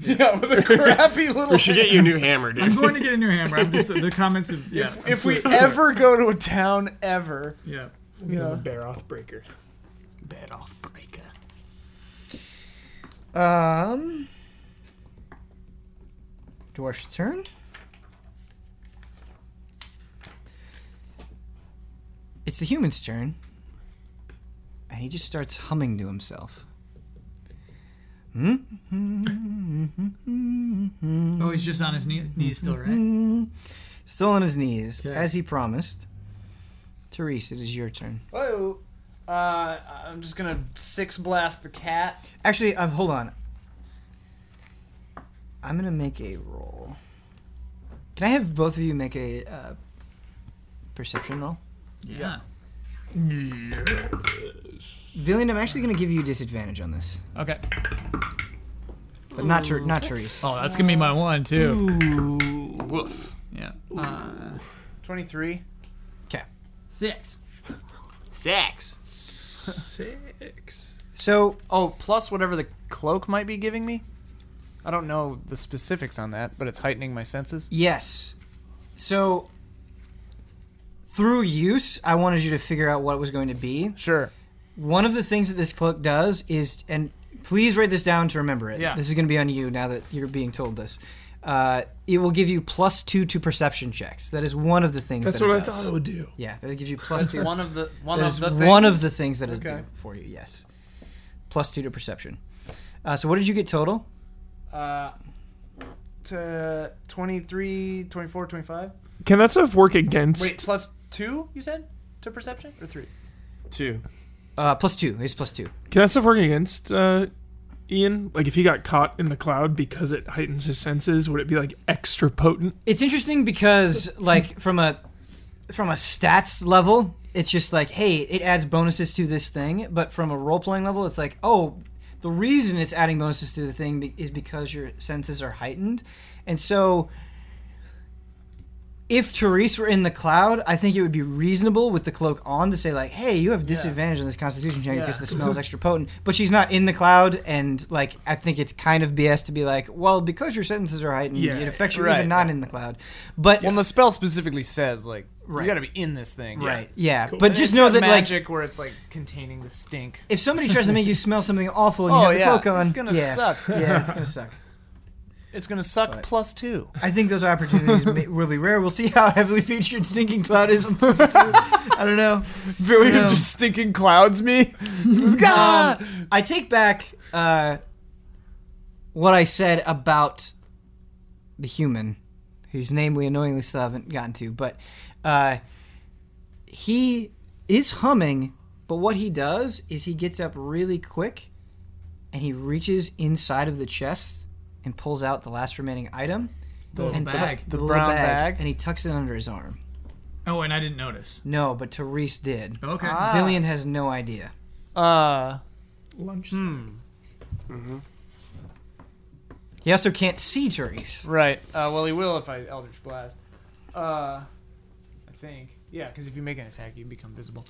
S2: Yeah, with a crappy little.
S4: We should get you a new hammer, dude.
S3: I'm going to get a new hammer. I'm just, the comments of yeah.
S2: If we ever go to a town ever,
S3: yeah.
S2: you know,
S6: bear off breaker.
S3: Bed off breaker.
S1: Um, dwarf's turn. It's the human's turn, and he just starts humming to himself.
S3: Mm-hmm.
S1: [laughs]
S3: Oh, he's just on his knee, knees still, right?
S1: Still on his knees, as he promised. Therese, it is your turn.
S2: Whoa. Uh, I'm just gonna six blast the cat.
S1: Actually, um, hold on. I'm gonna make a roll. Can I have both of you make a uh, perception roll?
S3: Yeah.
S1: Villian, I'm actually gonna give you disadvantage on this,
S3: Okay.
S1: but not Ter- not Therese.
S3: Oh, that's gonna be my one too.
S6: Woof.
S3: Yeah.
S2: 23.
S3: Six.
S2: Six.
S6: Six.
S1: So
S2: Oh, plus whatever the cloak might be giving me. I don't know the specifics on that, but it's heightening my senses.
S1: yes, so through use, I wanted you to figure out what it was going to be.
S2: Sure.
S1: One of the things that this cloak does is, and please write this down to remember it.
S2: Yeah.
S1: This is going to be on you now that you're being told this. Uh, it will give you plus two to perception checks. That is one of the things.
S6: That's
S1: that
S6: what
S1: it
S6: I
S1: does.
S6: thought it would do.
S1: Yeah, that it gives you plus two.
S7: One of the one
S1: That
S7: of
S1: is
S7: the
S1: one
S7: things.
S1: of the things that it'll
S2: Okay.
S1: do for you. Yes, plus two to perception. Uh, so what did you get total?
S2: Uh, to 23, 24, 25.
S4: Can that stuff work against?
S2: Wait, plus two, you said? To perception? Or three?
S7: two.
S1: Uh, plus two. It's plus two.
S4: Can that stuff work against uh, Ian? Like, if he got caught in the cloud because it heightens his senses, would it be like extra potent?
S1: It's interesting because like from a from a stats level, it's just like hey, it adds bonuses to this thing. But from a role playing level, it's like oh, the reason it's adding bonuses to the thing be- is because your senses are heightened, and so. If Therese were in the cloud, I think it would be reasonable with the cloak on to say like, "Hey, you have disadvantage on this Constitution check because the smell is extra potent." But she's not in the cloud, and like I think it's kind of BS to be like, "Well, because your sentences are heightened,
S4: Yeah,
S1: it affects you
S2: right,
S1: even not in the cloud." But
S2: Well, and the spell specifically says, like,
S1: Right.
S2: you gotta be in this thing.
S1: Right. Yeah. But just know that, like,
S2: magic where it's like containing the stink.
S1: if somebody tries to make you smell something awful and you
S2: Oh
S1: have the
S2: yeah,
S1: cloak on,
S2: it's gonna
S1: yeah,
S2: suck.
S1: [laughs] Yeah, it's
S2: [laughs]
S1: gonna suck.
S2: It's gonna suck
S1: But-
S2: plus [laughs] two.
S1: I think those opportunities may, will be rare. We'll see how heavily featured stinking cloud is on season two. I don't know.
S2: Billy
S1: Yeah.
S2: just stinking clouds me.
S1: [laughs] Um, [laughs] I take back uh, what I said about the human, whose name we annoyingly still haven't gotten to, but uh, he is humming, but what he does is he gets up really quick and he reaches inside of the chest and pulls out the last remaining item.
S3: The little
S1: and
S3: bag.
S1: The, little
S2: brown bag.
S1: And he tucks it under his arm.
S3: Oh, and I didn't notice.
S1: No, but Therese did.
S3: Okay.
S2: Ah.
S1: Villian has no idea.
S2: Uh,
S4: Lunch.
S1: He also can't see Therese.
S2: right. Uh, well, he will if I Eldritch Blast. Uh, I think. Yeah, because if you make an attack, you become visible.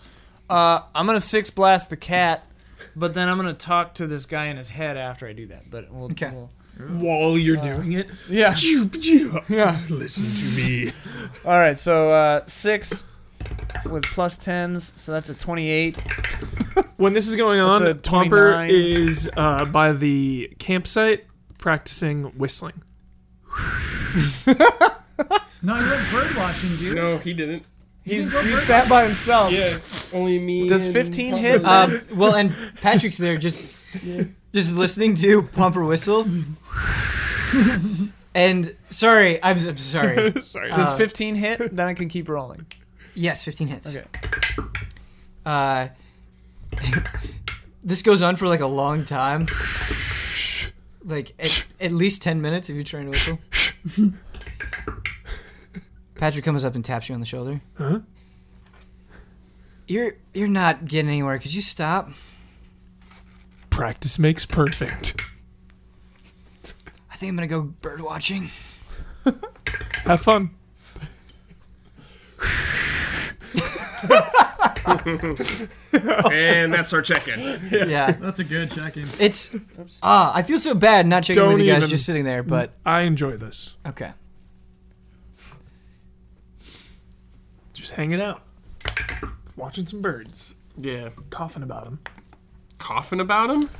S2: Uh, I'm gonna six blast the cat, but then I'm gonna talk to this guy in his head after I do that. But we'll.
S1: Okay.
S2: we'll-
S6: While you're doing it,
S2: yeah. [laughs]
S6: Pew, pew.
S2: Yeah.
S6: listen to me.
S2: All right. So uh, six with plus tens, so that's a twenty-eight.
S4: When this is going on,
S2: That's a
S4: Tomper
S2: 29.
S4: is uh, by the campsite practicing whistling.
S3: No, you went bird watching, dude.
S6: No, he didn't.
S2: He's he sat by himself.
S6: Yeah, only me.
S2: Does
S6: and
S2: 15
S6: Papa
S2: hit?
S6: were-
S1: Um, well, and Patrick's there just just listening to Pumper Whistle. and sorry, I'm, I'm sorry.
S6: Sorry.
S2: Does
S1: Uh,
S2: 15 hit? Then I can keep rolling.
S1: Yes, 15 hits.
S2: Okay.
S1: Uh, this goes on for like a long time. Like at, at least 10 minutes if you're trying to whistle. Patrick comes up and taps you on the shoulder. Huh? You're you're not getting anywhere. Could you stop?
S6: Practice makes perfect.
S1: I think I'm gonna go bird watching.
S6: Have fun. and that's our check-in.
S1: yeah.
S3: That's a good check-in.
S1: It's ah, I feel so bad not checking
S6: Don't
S1: with you guys
S6: even-
S1: just sitting there, but
S6: I enjoy this.
S1: okay.
S6: Just hanging out, watching some birds,
S7: Yeah.
S6: coughing
S2: [laughs]
S6: about them.
S7: Coughing about him?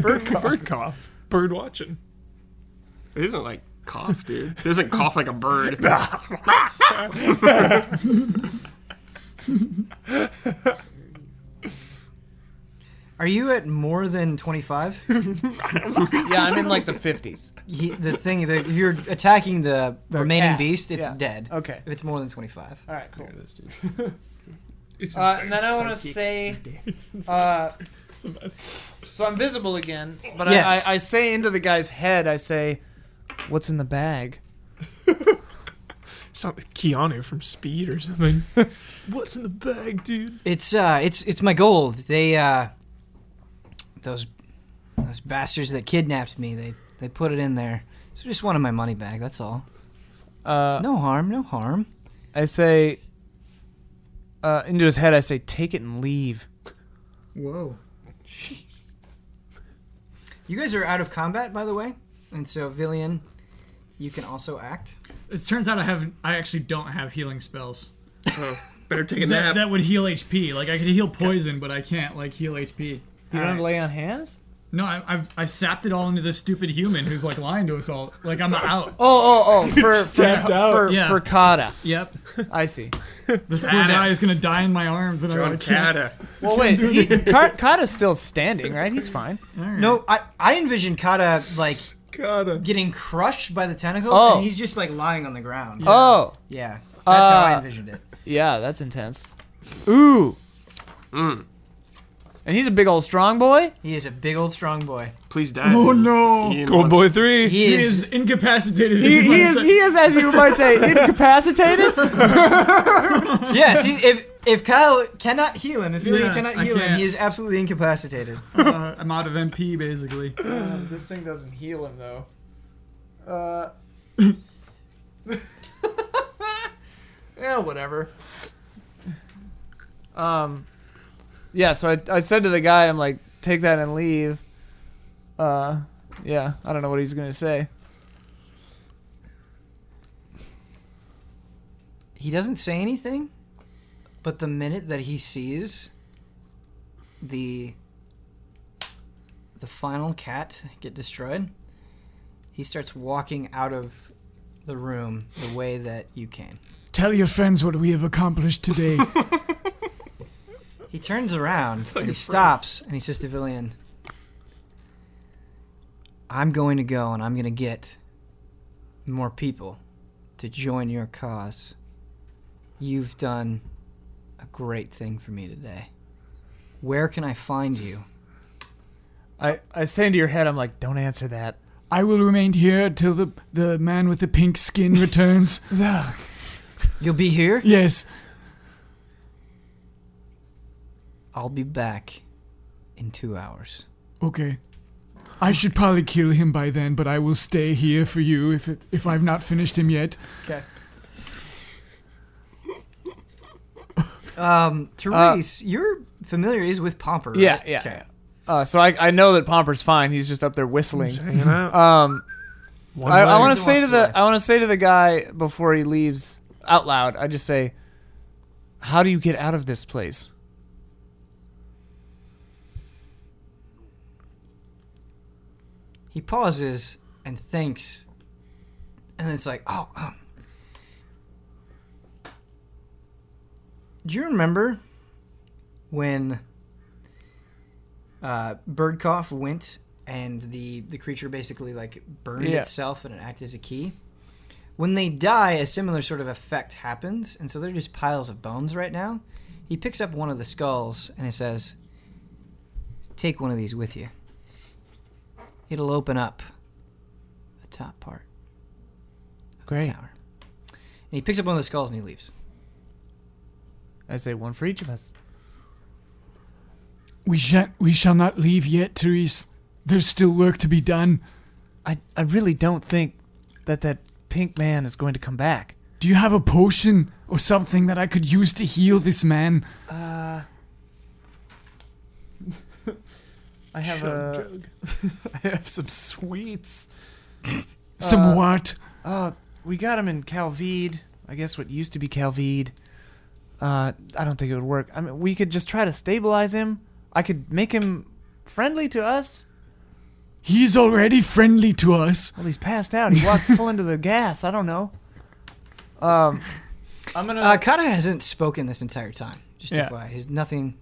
S6: Bird, bird cough. Bird watching.
S7: It isn't like cough, dude. It isn't cough like a bird.
S1: Are you at more than 25? [laughs]
S2: yeah, I'm in like the 50s.
S1: He- the thing that if you're attacking the, remaining
S2: cat,
S1: beast, it's
S2: yeah.
S1: dead.
S2: Okay.
S1: If it's more than 25.
S2: All right, [laughs] cool.
S4: It's
S2: Uh, and then I want to
S4: psychic
S2: say,
S4: dance.
S2: uh,
S4: It's the best.
S2: so I'm visible again, but
S1: Yes.
S2: I, I, I say into the guy's head, I say, "What's in the bag?"
S4: It's not like Keanu from Speed
S2: [laughs]
S4: or something. What's in the bag, dude?
S1: It's uh, it's it's my gold. They uh, those those bastards that kidnapped me. They they put it in there. So I just wanted my money back. That's all.
S2: Uh,
S1: No harm. No harm.
S2: I say uh, into his head. I say, "Take it and leave."
S1: Whoa. You guys are out of combat, by the way, and so Villian, you can also act.
S5: It turns out I have I actually don't have healing spells.
S7: Oh, better take a
S5: That,
S7: nap.
S5: that would heal HP. Like I could heal poison, but I can't like heal HP.
S2: You don't lay on hands.
S5: No, I, I've I sapped it all into this stupid human who's like lying to us all. Like I'm out.
S2: Oh, [laughs] oh, oh! For for for,
S5: Yeah.
S2: for Kata.
S5: [laughs] Yep.
S2: I see.
S5: This poor guy is gonna die in my arms, and I
S7: John
S5: like, can't.
S7: Cata.
S2: Well, wait. He, Ka- Kata's still standing, right? He's fine.
S1: No, I I envision Kata like
S4: Gotta.
S1: getting crushed by the tentacles,
S2: Oh.
S1: and he's just like lying on the ground.
S2: Oh,
S1: Yeah, that's how I
S2: Uh,
S1: envisioned it.
S2: yeah, that's intense. Ooh. And he's a big old strong boy.
S1: He is a big old strong boy.
S7: Please die.
S5: Oh no. He
S7: Ian
S4: Gold
S7: wants-
S4: Boy 3.
S1: He, is,
S5: is incapacitated.
S2: He,
S5: is
S2: he
S5: what I'm
S2: is
S5: saying.
S2: he is as you might say incapacitated.
S1: [laughs] yes. He, if if Kyle cannot heal him, if Ilya
S5: Yeah,
S1: cannot
S5: I
S1: heal him,
S5: can't.
S1: he is absolutely incapacitated.
S5: Uh, I'm out of MP basically.
S2: [laughs] this thing doesn't heal him though. Uh. [laughs] yeah, whatever. Um. Yeah, so I, I said to the guy, I'm like, take that and leave. Uh, yeah, I don't know what he's gonna say.
S1: He doesn't say anything, but the minute that he sees the the final cat get destroyed, he starts walking out of the room the way that you came.
S5: Tell your friends what we have accomplished [laughs] today.
S1: He turns around and he stops and he says to Villian, I'm going to go and I'm going to get more people to join your cause. You've done a great thing for me today. Where can I find you?
S2: I, I say into your head, I'm like, don't answer that.
S5: I will remain here till the the man with the pink skin returns.
S1: You'll be here?
S5: yes.
S1: I'll be back in two hours.
S5: Okay. I should probably kill him by then, but I will stay here for you if it, if I've not finished him yet.
S1: Um, Therese, your familiar is with Pomper, right?
S2: Uh, Yeah, yeah. Uh, so I, I know that Pomper's fine. He's just up there whistling. [laughs]
S4: Hanging out.
S2: Um,
S4: One
S2: I, I
S4: leg.
S2: want to
S1: He
S2: say to
S1: walks
S2: the
S1: away.
S2: I want to say to the guy before he leaves out loud. I just say, "How do you get out of this place?"
S1: He pauses and thinks, and it's like, oh, um, do you remember when uh, Birdcough went and the the creature basically like burned
S2: Yeah.
S1: itself and it acted as a key? When they die, a similar sort of effect happens, and so they're just piles of bones right now. He picks up one of the skulls and he says, "Take one of these with you." It'll open up the top part of the
S2: Great.
S1: tower. And he picks up one of the skulls and he leaves.
S2: I say one for each of us.
S5: We shall we shall not leave yet, Therese. There's still work to be done.
S2: I I really don't think that that pink man is going to come back.
S5: Do you have a potion or something that I could use to heal this man?
S2: I have
S4: Uh,
S2: a
S4: I have some sweets.
S5: Some what?
S2: oh we got him in Calvede. I guess what used to be Calvede. Uh, I don't think it would work. I mean, we could just try to stabilize him. I could make him friendly to us.
S5: He's already friendly to us.
S2: Well, he's passed out. He walked full into the gas. I don't know. Um, I'm
S1: Uh,
S2: gonna.
S1: Kata hasn't spoken this entire time. Just
S5: Yeah.
S1: FYI, he's nothing,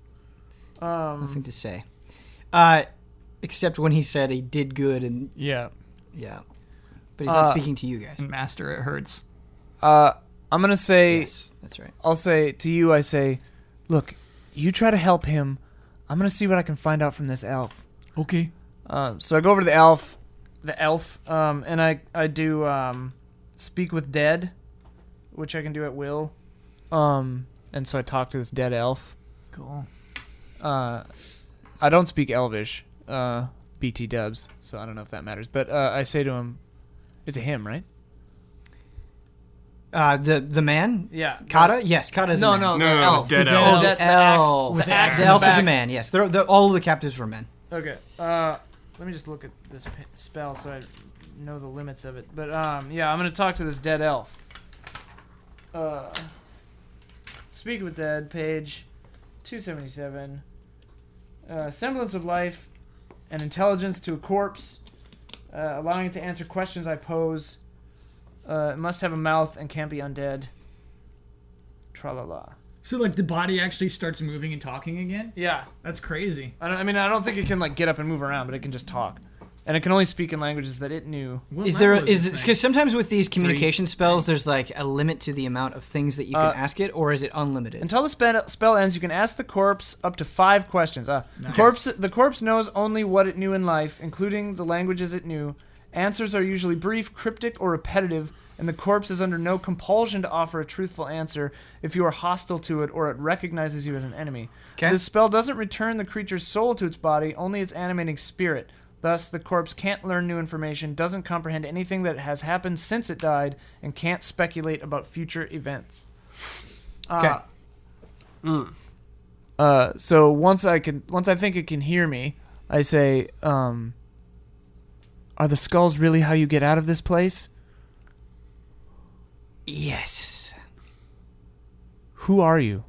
S2: um,
S1: nothing to say. Uh, except when he said he did good and
S2: Yeah.
S1: yeah, but he's not
S2: Uh,
S1: speaking to you guys.
S5: Mm.
S3: Master, it hurts.
S2: Uh, I'm gonna say
S1: Yes, that's right.
S2: I'll say to you, I say, look, you try to help him. I'm gonna see what I can find out from this elf.
S5: Okay.
S2: Um, so I go over to the elf, the elf, um, and I I do um, speak with dead, which I can do at will. Um, and so I talk to this dead elf.
S3: Cool.
S2: Uh, I don't speak Elvish, uh, BT Dubs, so I don't know if that matters. But uh, I say to him, it's a him, right?
S1: Uh, the the man,
S2: Yeah.
S1: Kata. Yes, Kata is
S2: No,
S1: a man.
S2: no,
S7: No, no,
S2: the
S7: no,
S2: elf.
S7: dead
S2: The
S7: elf.
S2: dead- the
S1: Elf.
S2: axe-
S1: With
S2: the
S3: the
S2: axe
S1: The
S2: in
S1: elf
S2: the
S1: is a
S2: back.
S1: man. Yes, they're, they're, all of the captives were men.
S2: Okay. Uh, let me just look at this p- spell so I know the limits of it. But um, yeah, I'm gonna talk to this dead elf. Uh, speak with dead, page 277. Uh, semblance of life and intelligence to a corpse, uh, allowing it to answer questions I pose. Uh, it must have a mouth and can't be undead. Tra la la.
S5: So like the body actually starts moving and talking again.
S2: Yeah,
S5: That's crazy.
S2: I, don't, I mean, I don't think it can like get up and move around, but it can just talk, and it can only speak in languages that it knew.
S5: What
S1: Is there
S5: level
S1: is
S5: this
S1: because sometimes with these communication spells, there's like a limit to the amount of things that you can
S2: Uh,
S1: ask it, or is it unlimited?
S2: Until the spell, spell ends, you can ask the corpse up to five questions. Uh, corpse, the corpse knows only what it knew in life, including the languages it knew. Answers are usually brief, cryptic, or repetitive, and the corpse is under no compulsion to offer a truthful answer if you are hostile to it or it recognizes you as an enemy.
S1: 'Kay.
S2: This spell doesn't return the creature's soul to its body, only its animating spirit. Thus, the corpse can't learn new information, doesn't comprehend anything that has happened since it died, and can't speculate about future events.
S1: Okay.
S2: Uh, uh, so once I can, once I think it can hear me, I say, um, "Are the skulls really how you get out of this place?
S1: yes,
S2: Who are you?"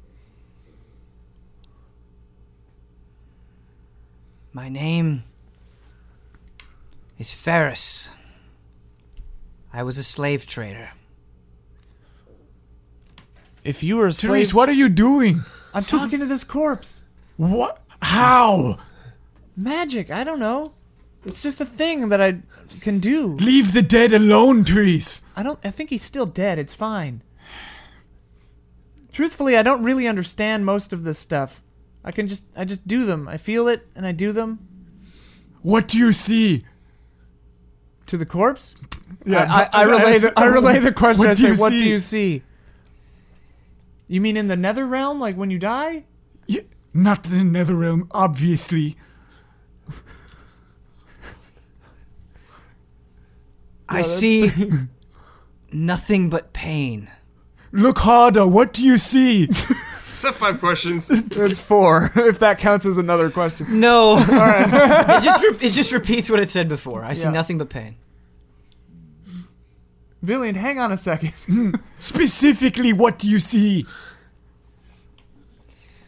S1: my name is Ferris. I was a slave trader.
S2: If you were a slave,
S5: what are you doing?
S2: I'm talking to this corpse.
S5: What? How?
S2: Magic? I don't know. It's just a thing that I can do.
S5: Leave the dead alone, Therese.
S2: I don't. I think he's still dead. It's fine. Truthfully, I don't really understand most of this stuff. I can just, I just do them. I feel it and I do them
S5: What do you see?
S2: to the corpse.
S4: Yeah,
S2: I, I, I relay the, [laughs] I relay the question.
S5: [laughs] What
S2: I
S5: do
S2: say,
S5: you
S2: what do
S5: see?"
S2: you see? You mean in the nether realm, like when you die?
S5: Yeah, not the nether realm, obviously.
S1: I
S2: [laughs]
S1: see nothing but pain.
S5: Look harder. What do you
S2: [laughs]
S5: see?
S7: Is that five questions?
S2: That's four, if that counts as another question. [laughs]
S1: No, [laughs] it just re- it just repeats what it said before. I see
S2: Yeah.
S1: nothing but pain.
S2: Villian, hang on a second. [laughs]
S5: Specifically, what do you see?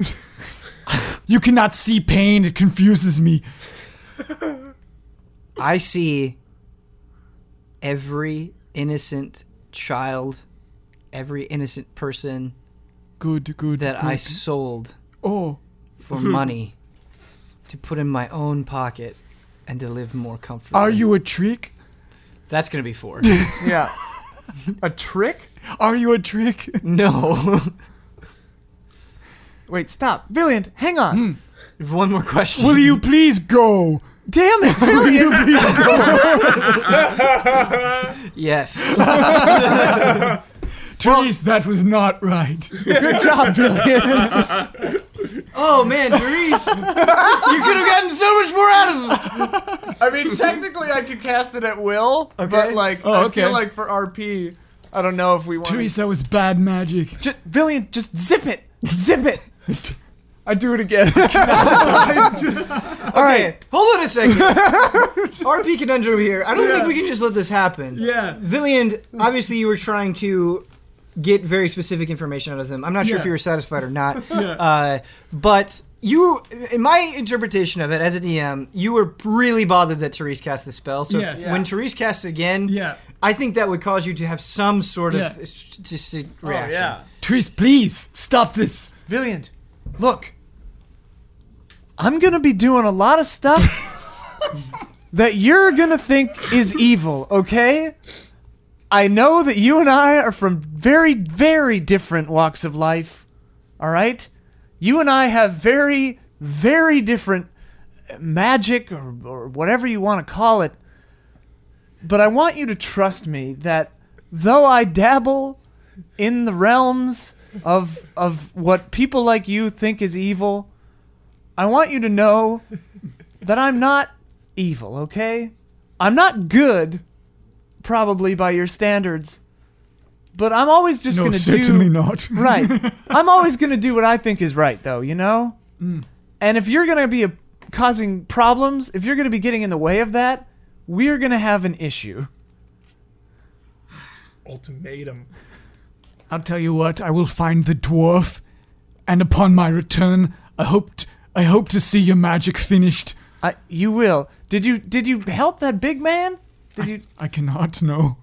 S5: [laughs] you cannot see pain. It confuses me.
S1: I see every innocent child, every innocent person
S5: Good, good.
S1: that
S5: good.
S1: I sold
S5: oh,
S1: for money to put in my own pocket and to live more comfortably.
S5: are you a trick?
S1: That's gonna be
S5: [laughs]
S1: four.
S2: Yeah. A trick?
S5: Are you a
S2: [laughs]
S5: trick?
S1: no, [laughs]
S2: Wait, stop. Villian, hang on.
S1: one more question.
S5: Will you please go?
S2: Damn it,
S5: Will you please
S2: [laughs]
S5: go? [laughs]
S1: Yes.
S5: Therese, that was not
S2: [laughs]
S5: right.
S2: Good job, Villian.
S1: oh man, Therese, [laughs] you could have gotten so much more out of him.
S2: I mean, technically, I could cast it at will, but like,
S5: Oh,
S2: I
S5: okay.
S2: feel like for RP, I don't know if we want.
S5: Therese, that was bad magic.
S2: Just, Villian, just zip it, zip it. I do it again.
S1: All right, hold on a second.
S5: [laughs]
S1: RP conundrum here. I don't think we can just let this happen.
S5: Yeah.
S1: Villiand, obviously you were trying to get very specific information out of them. I'm not sure if
S5: Yeah.
S1: you were satisfied or
S5: [laughs]
S1: not. Uh, but you, in my interpretation of it as a DM, you were really bothered that Therese cast the spell. So
S5: Yes.
S1: when Therese casts again,
S5: Yeah.
S1: I think that would cause you to have some sort of
S5: Yeah.
S1: statistic reaction.
S5: Therese, please stop this.
S2: Villian, look. I'm gonna be doing a lot of stuff that you're gonna think is evil, okay? I know that you and I are from very, very different walks of life, all right? You and I have very, very different magic or, or whatever you want to call it. But I want you to trust me that though I dabble in the realms of of what people like you think is evil, I want you to know that I'm not evil, okay? I'm not good, probably by your standards, but I'm always just
S5: No,
S2: gonna
S5: certainly
S2: do [laughs]
S5: not.
S2: right. I'm always gonna do what I think is right, though, you know. And if you're gonna be a, causing problems, if you're gonna be getting in the way of that, we're gonna have an issue.
S4: Ultimatum.
S5: [laughs] I'll tell you what, I will find the dwarf, and upon my return, I hoped I hope to see your magic finished.
S2: I, you will. Did you did you help that big man? Did you?
S5: I cannot know.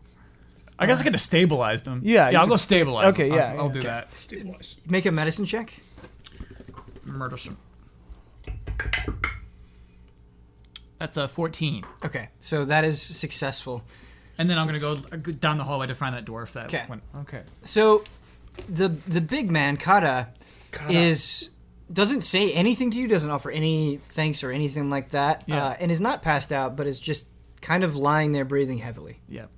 S3: I guess I could have stabilized him.
S2: Yeah, you
S3: Yeah, I'll
S2: could-
S3: go stabilize
S2: Okay,
S3: him.
S2: yeah,
S3: I'll,
S2: yeah.
S3: I'll do that.
S1: Make a medicine check.
S3: Murder some. That's a 14.
S1: Okay, so that is successful.
S3: And then I'm going to go down the hallway to find that dwarf that
S1: Okay.
S3: went.
S2: Okay.
S1: So the the big man Kata, is doesn't say anything to you, doesn't offer any thanks or anything like that,
S3: Yeah.
S1: uh, and is not passed out, but is just kind of lying there, breathing heavily.
S3: Yep.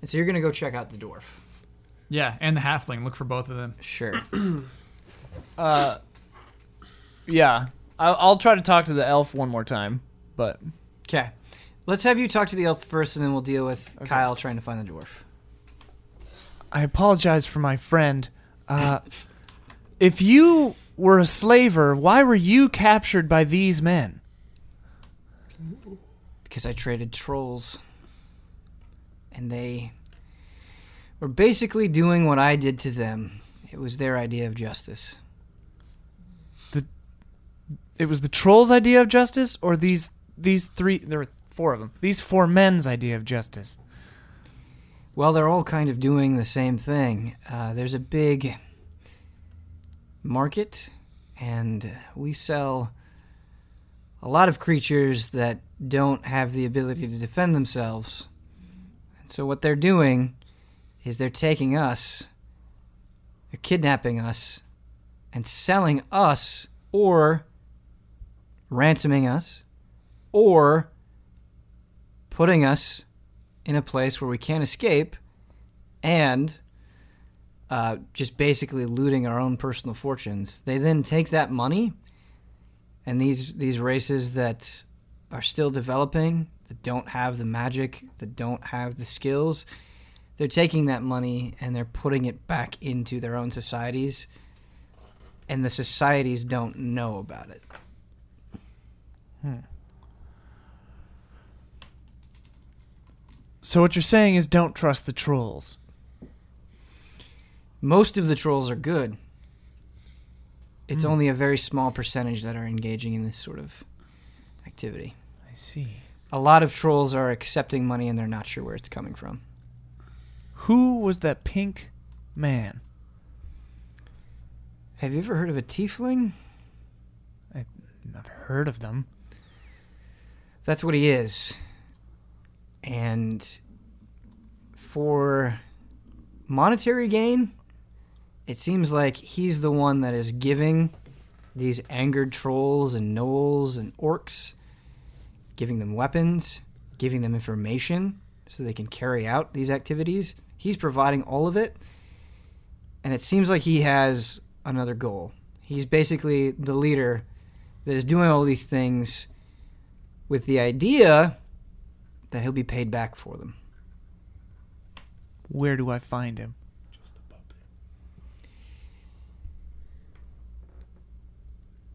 S1: And so you're gonna go check out the dwarf.
S3: Yeah, and the halfling. Look for both of them.
S1: Sure.
S2: Yeah. I, I'll try to talk to the elf one more time, but
S1: [clears throat] Okay. Let's have you talk to the elf first, and then we'll deal with Kyle trying to find the dwarf.
S2: I apologize for my friend. Uh, [laughs] if you were a slaver, why were you captured by these men?
S1: because I traded trolls. And they were basically doing what I did to them. It was their idea of justice.
S2: It was the trolls' idea of justice, or these these three? There were four of them. These four men's idea of justice.
S1: Well, they're all kind of doing the same thing. Uh, there's a big market, and we sell a lot of creatures that don't have the ability to defend themselves. And so, what they're doing is they're taking us, they're kidnapping us, and selling us, or ransoming us, or putting us in a place where we can't escape and uh, just basically looting our own personal fortunes. They then take that money and these these races that are still developing, that don't have the magic, that don't have the skills, they're taking that money and they're putting it back into their own societies and the societies don't know about it.
S2: So what you're saying is, don't trust the trolls.
S1: Most of the trolls are good. It's only a very small percentage that are engaging in this sort of activity.
S2: I see.
S1: A lot of trolls are accepting money and they're not sure where it's coming from.
S2: Who was that pink man?
S1: Have you ever heard of a tiefling?
S2: I've heard of them.
S1: That's what he is. And for monetary gain, it seems like he's the one that is giving these angered trolls and gnolls and orcs, giving them weapons, giving them information so they can carry out these activities. He's providing all of it. And it seems like he has another goal. He's basically the leader that is doing all these things with the idea that he'll be paid back for them.
S2: Where do I find him?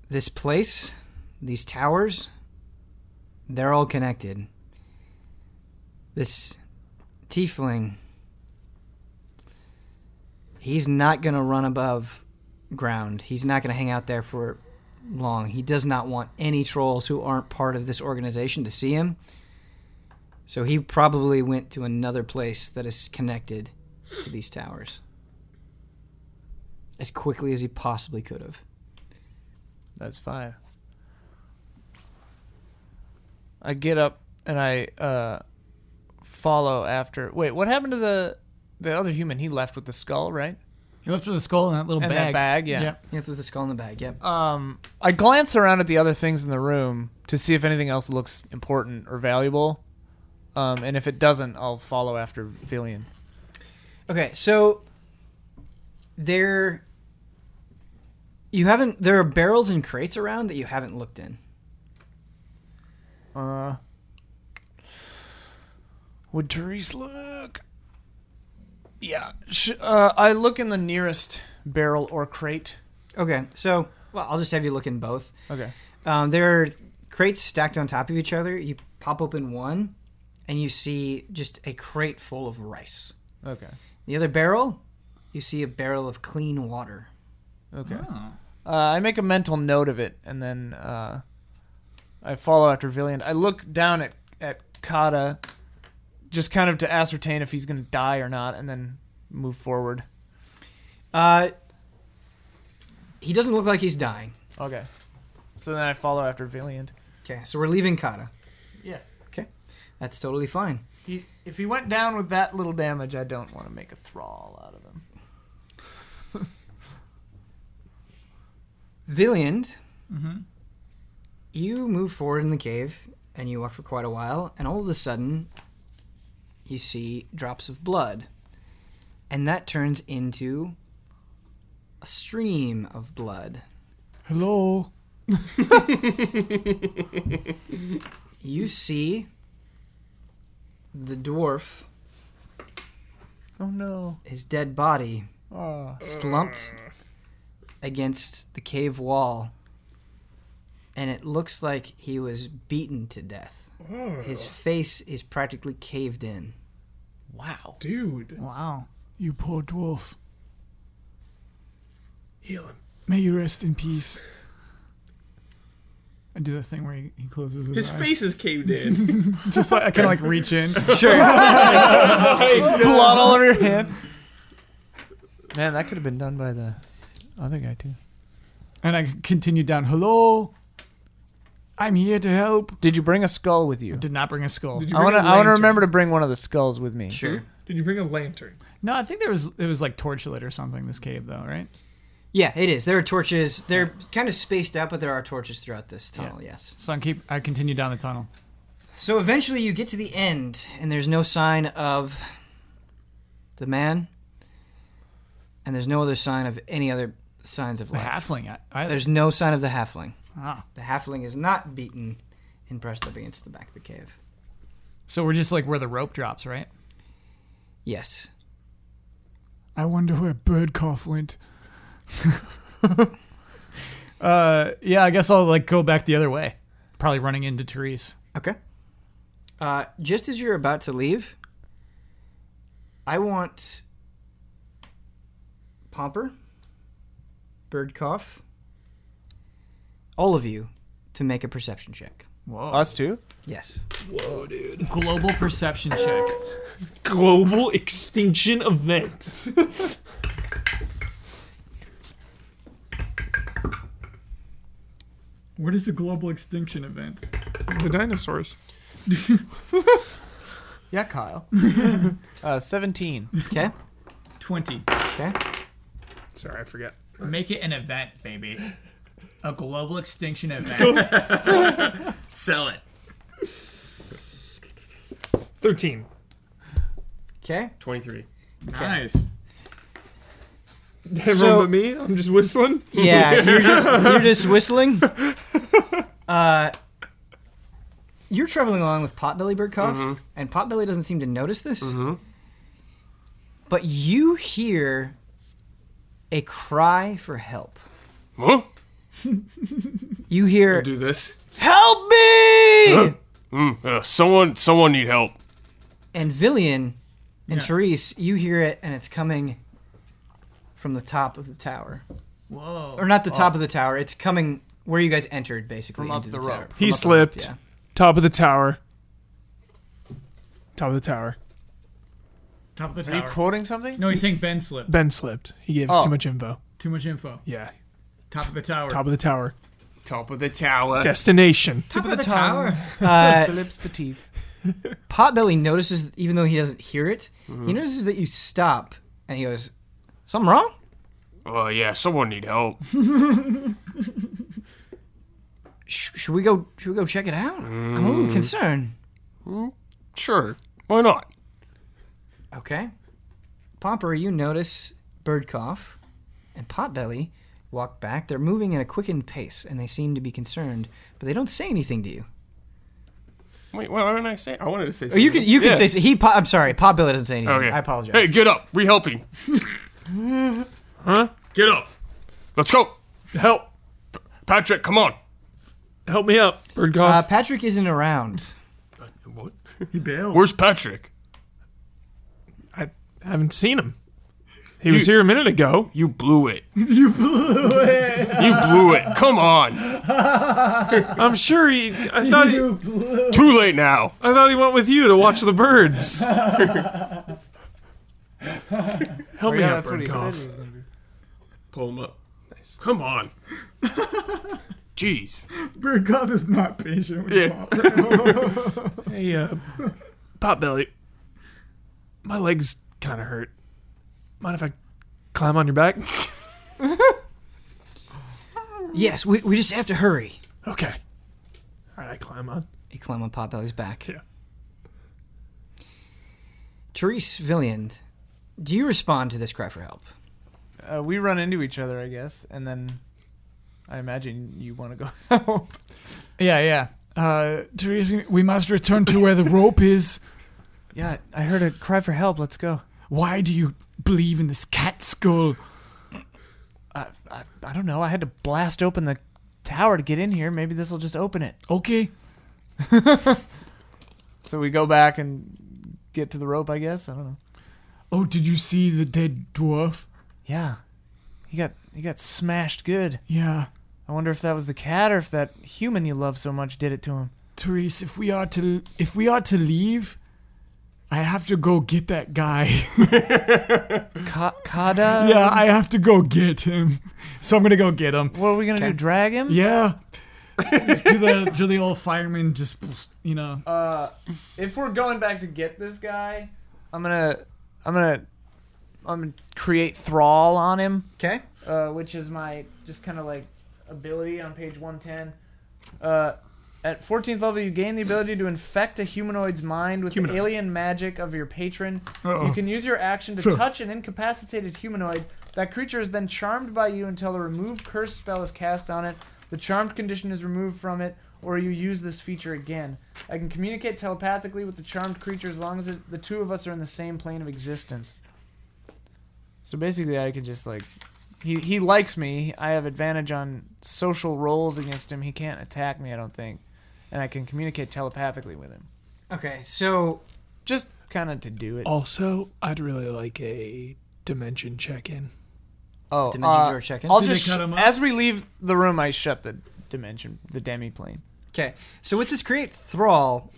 S1: This place, these towers, they're all connected. This tiefling, he's not going to run above ground. He's not going to hang out there for long. He does not want any trolls who aren't part of this organization to see him. So he probably went to another place that is connected to these towers as quickly as he possibly could have.
S2: That's five. I get up and I uh, follow after. Wait, what happened to the the other human? He left with the skull, right?
S5: He left with a skull and that little
S2: And
S5: bag.
S2: that bag, yeah.
S5: Yeah.
S1: You have to put the skull in the bag. Yep.
S2: Um, I glance around at the other things in the room to see if anything else looks important or valuable. Um, and if it doesn't, I'll follow after Villian.
S1: Okay, so there you haven't there are barrels and crates around that you haven't looked in.
S2: Uh, would Therese look? Yeah. Sh- uh, I look in the nearest barrel or crate.
S1: Okay, so well, I'll just have you look in both.
S2: Okay.
S1: Um, there are crates stacked on top of each other. You pop open one, and you see just a crate full of rice.
S2: Okay.
S1: The other barrel, you see a barrel of clean water.
S2: Okay. Uh, I make a mental note of it, and then uh, I follow after Villian. I look down at at Kata, just kind of to ascertain if he's going to die or not, and then move forward.
S1: Uh, he doesn't look like he's dying.
S2: Okay. So then I follow after Villian.
S1: Okay, so we're leaving Kata.
S2: Yeah.
S1: Okay, that's totally fine.
S2: He, if he went down with that little damage, I don't want to make a thrall out of [laughs] him.
S1: Villiand, you move forward in the cave and you walk for quite a while, and all of a sudden, you see drops of blood. And that turns into a stream of blood.
S5: Hello.
S1: You see the dwarf,
S2: Oh no.
S1: his dead body,
S2: Oh.
S1: slumped against the cave wall, and it looks like he was beaten to death.
S2: Oh.
S1: His face is practically caved in.
S2: Wow.
S6: Dude,
S5: Wow. You poor dwarf.
S6: heal him.
S5: May you rest in peace. I do the thing where he, he closes his,
S6: His
S5: eyes.
S6: face is caved in.
S5: Just like I kind of like reach in.
S2: Blood all over your hand. Man, that could have been done by the other guy too.
S5: And I continued down. Hello, I'm here to help.
S2: Did you bring a skull with you?
S5: Did not bring a skull.
S6: Did you
S2: I
S6: bring
S2: want to.
S6: a
S2: I want to
S6: lantern?
S2: remember to bring one of the skulls with me.
S1: Sure.
S6: Did you bring a lantern?
S5: No, I think there was it was like torchlight or something. This cave, though, right?
S1: Yeah, it is. There are torches. They're kind of spaced out, but there are torches throughout this tunnel, yes.
S5: So I keep. I continue down the tunnel.
S1: So eventually you get to the end, and there's no sign of the man, and there's no other sign of any other signs of
S5: The
S1: life.
S5: halfling. I, I,
S1: There's no sign of the halfling.
S5: ah.
S1: The halfling is not beaten and pressed up against the back of the cave.
S5: So we're just like where the rope drops, right?
S1: Yes.
S5: I wonder where Birdcough went. uh, yeah, I guess I'll like go back the other way. Probably running into Therese.
S1: Okay. Uh, just as you're about to leave, I want Pomper, Birdcough, all of you to make a perception check.
S5: Whoa.
S2: Us too.
S1: Yes.
S5: Global perception check.
S4: Global extinction event.
S5: What is a global extinction event?
S4: [laughs] the dinosaurs.
S2: Yeah, [laughs] Kyle. uh, Seventeen.
S1: Okay.
S3: Twenty.
S1: Okay.
S6: Sorry, I forget.
S3: Make it an event, baby. A global extinction
S5: [laughs]
S3: event.
S7: Sell it.
S4: 13.
S1: Okay.
S7: 23.
S3: nice.
S4: Everyone
S1: So-
S4: but me? I'm just whistling. [laughs]
S1: Yeah, you're just you're just whistling. Uh, you're traveling along with Potbelly Birdcough,
S4: Mm-hmm.
S1: and Potbelly doesn't seem to notice this. But you hear a cry for help.
S7: Huh?
S1: You hear,
S6: Do this.
S1: "Help me!"
S7: Uh, someone, someone need help.
S1: and Villian and Therese, you hear it, and it's coming from the top of the tower,
S3: Whoa.
S1: or not the
S4: Oh.
S1: top of the tower. It's coming where you guys entered, basically,
S2: From up
S1: into
S2: the
S1: tower.
S2: rope.
S1: From
S4: He
S1: up the rope,
S4: slipped.
S1: yeah.
S4: Top of the tower. Top of the tower.
S3: Top of the
S2: Are you
S3: tower.
S2: quoting something?
S3: no, he's saying Ben slipped.
S4: Ben slipped. He gave us
S2: Oh.
S4: too much info.
S3: Too much info.
S4: Yeah.
S3: Top of the tower.
S4: Top of the tower.
S7: Top of the tower.
S6: Destination.
S5: Tip of the tower.
S1: [laughs] Uh,
S2: Phillips the teeth.
S1: Potbelly notices, that even though he doesn't hear it,
S7: Mm-hmm.
S1: he notices that you stop and he goes, Something wrong?
S7: Oh yeah, someone need help.
S1: Sh- should we go? Should we go check it out? I'm a little
S7: Mm.
S1: concerned.
S7: Sure, why not?
S1: Okay. Pomper, you notice Birdcough and Potbelly walk back. They're moving at a quickened pace, and they seem to be concerned, but they don't say anything to you.
S7: Wait, what didn't I say? I wanted to say.
S1: Or
S7: Something.
S1: you can you can
S7: Yeah.
S1: say he. Po- I'm sorry, Potbelly doesn't say anything.
S7: Okay.
S1: I apologize.
S7: Hey, get up. We helping. huh? Get up. Let's go.
S6: Help.
S7: Patrick, come on.
S6: Help me up, Birdcough.
S1: Uh, Patrick isn't around.
S7: What?
S6: he bailed.
S7: Where's Patrick?
S6: I haven't seen him. He was here a minute ago.
S7: You blew it. you blew it. you blew it. Come on.
S6: I'm sure he. I thought he.
S7: Too late now.
S6: I thought he went with you to watch the birds. Help me
S2: Yeah,
S6: out,
S2: that's what he said.
S6: Birdcough.
S2: He was gonna do.
S7: Pull him up. Nice. Come on. [laughs] Jeez.
S4: Birdcough is not patient with
S7: Yeah.
S4: Pomper.
S6: Hey, uh, Potbelly. My legs kind of hurt. Mind if I climb on your back?
S1: Yes, we, we just have to hurry.
S6: Okay. All right, I climb on.
S1: He climb on Potbelly's back.
S6: Yeah.
S1: Therese Villiand, do you respond to this cry for help?
S2: Uh, we run into each other, I guess, and then I imagine you want to go [laughs] help.
S4: Yeah, yeah. Uh, Therese, we- we must return to where the rope is.
S2: Yeah, I heard a cry for help. Let's go.
S4: Why do you believe in this cat skull?
S2: I, I, I don't know. I had to blast open the tower to get in here. Maybe this will just open it.
S4: Okay.
S2: So we go back and get to the rope, I guess. I don't know.
S4: Oh, did you see the dead dwarf?
S2: Yeah, he got he got smashed good.
S4: Yeah.
S2: I wonder if that was the cat or if that human you love so much did it to him.
S4: Therese, if we are to if we are to leave, I have to go get that guy. [laughs]
S2: Ka- Kada.
S4: yeah, I have to go get him. So I'm gonna go get him.
S2: What are we gonna do? Drag him?
S4: Yeah. Just do the do the old fireman just you know.
S2: Uh, if we're going back to get this guy, I'm gonna, I'm gonna, I'm gonna create thrall on him,
S1: Okay.
S2: uh, which is my just kind of like ability on page 110. Uh, at 14th level, you gain the ability to infect a humanoid's mind with the alien magic of your patron. You can use your action to touch an incapacitated humanoid. That creature is then charmed by you until a remove curse spell is cast on it. The charmed condition is removed from it, or you use this feature again. I can communicate telepathically with the charmed creature as long as it, the two of us are in the same plane of existence. So basically, I can just like he he likes me. I have advantage on social rolls against him. He can't attack me, I don't think, and I can communicate telepathically with him.
S1: Okay, so
S2: Just kind of to do
S6: Oh,
S2: it.
S6: Also, I'd really like a dimension check in.
S2: Oh,
S1: Dimension
S2: uh,
S1: door check-in?
S2: I'll
S4: Do they
S2: just
S4: cut him up?
S2: as we leave the room, I shut the dimension, the demi plane.
S1: okay, so with this create thrall,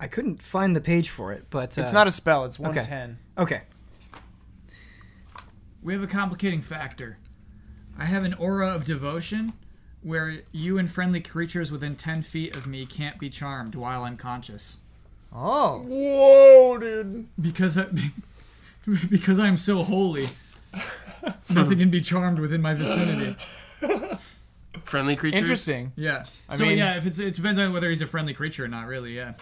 S1: I couldn't find the page for it, but uh,
S2: It's not a spell. It's one ten.
S1: okay.
S5: We have a complicating factor. I have an aura of devotion where you and friendly creatures within 10 feet of me can't be charmed while I'm conscious.
S2: Oh,
S6: Whoa, dude.
S5: Because I, [laughs] because I'm so [laughs] holy, nothing can be charmed within my vicinity.
S7: Friendly creatures.
S2: interesting.
S5: Yeah. so
S2: mean-
S5: yeah, if it's it depends on whether he's a friendly creature or not, really. Yeah.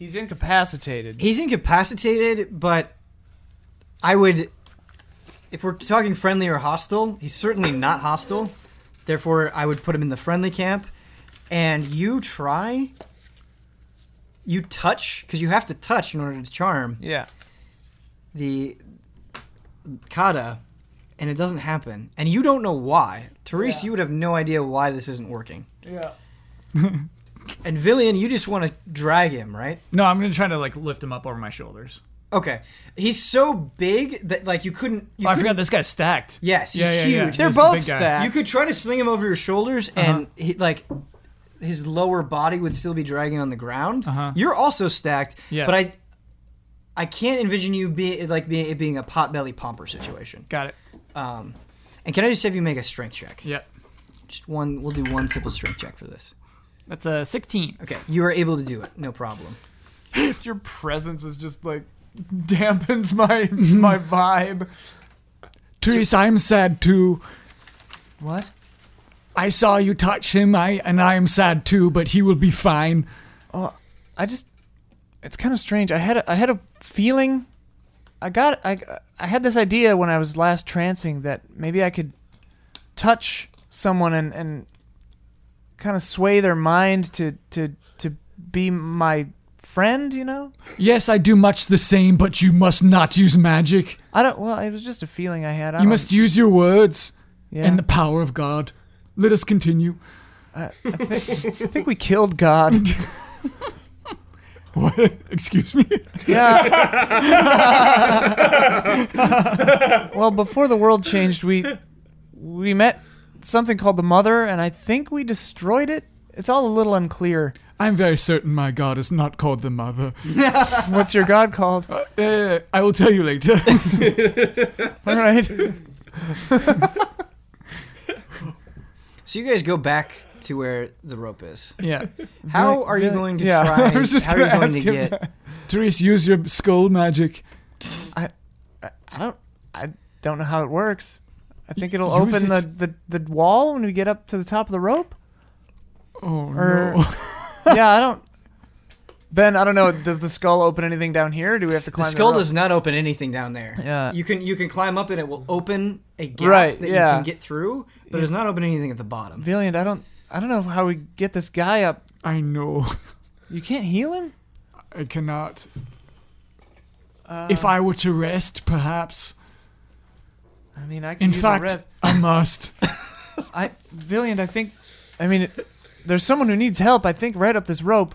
S2: He's incapacitated.
S1: He's incapacitated, but I would, if we're talking friendly or hostile, he's certainly not hostile. Therefore, I would put him in the friendly camp. And you try, you touch, because you have to touch in order to charm
S2: Yeah. [laughs]
S1: the kata, and it doesn't happen. And you don't know why. Therese, you would have no idea why this isn't working.
S2: Yeah.
S1: [laughs] And Villian, you just want to drag him, right?
S5: No, I'm gonna try to like lift him up over my shoulders.
S1: Okay. He's so big that like you couldn't. You
S5: Oh, I
S1: couldn't-
S5: forgot this guy's stacked.
S1: Yes, he's
S5: Yeah, yeah, yeah.
S1: huge.
S2: They're
S5: He's the
S2: both
S5: big guy. Uh-huh.
S2: stacked.
S1: You could try to sling him over your shoulders, and he, like his lower body would still be dragging on the ground.
S5: Uh-huh.
S1: You're also stacked,
S5: Yeah.
S1: but I, I can't envision you being like being it being a potbelly pomper situation.
S5: Got it.
S1: Um, and can I just have you make a strength check?
S5: Yep.
S1: Just one. We'll do one simple strength check for this.
S5: That's a 16.
S1: Okay, you are able to do it. No problem.
S2: Your presence is just like [laughs] dampens my my vibe.
S4: Therese, I'm sad too.
S2: What?
S4: I saw you touch him, I and I am sad too, but he will be fine.
S2: I just it's kind of strange. I had a, I had a feeling I got I I had this idea when I was last trancing that maybe I could touch someone and and kind of sway their mind to to to be my friend, you know?
S4: Yes, I do much the same, but you must not use magic.
S2: I don't well, it was just a feeling I had. I
S4: You
S2: don't-
S4: must use your words
S2: yeah.
S4: and the power of God. Let us continue. [laughs]
S2: I, think, I think we killed God.
S4: What? Excuse me.
S2: Yeah. [laughs] well, before the world changed, we we met something called the Mother, and I think we destroyed it. It's all a little unclear.
S4: I'm very certain my God is not called the Mother.
S2: What's your god [laughs] called? All
S4: Uh, I will tell
S2: [laughs]
S4: you later.
S2: right.
S1: So you guys go back to where the rope is.
S2: Yeah.
S1: How
S2: Very-
S1: are you
S2: very-
S1: going to
S2: yeah, [laughs]
S1: try?
S2: I was just
S1: how are you
S2: gonna
S1: going
S2: ask
S1: to
S2: him
S1: get?
S4: Therese, use your skull magic.
S2: I don't. I don't know how it works. I think it'll
S4: Use
S2: open
S4: it.
S2: The, the the wall when we get up to the top of the [laughs] rope.
S4: Oh
S2: Or-
S4: no.
S2: yeah, I don't. Ben, I don't know. Does the skull open anything down here? Or do we have to
S1: The
S2: climb
S1: skull
S2: the rope?
S1: does not open anything down there.
S2: Yeah.
S1: You can you can climb up and it will open a gap
S2: Right,
S1: that
S2: yeah.
S1: you can get through, but it does not open anything at the bottom.
S2: Valiant, I don't. I don't know how we get this guy up.
S4: [laughs] I know.
S2: You can't heal him.
S4: I cannot.
S2: Uh.
S4: if I were to rest, perhaps.
S2: I mean, I can
S4: In
S2: use a
S4: fact,
S2: rest.
S4: I must.
S2: I Villiant, I think. I mean, it, there's someone who needs help. I think right up this rope.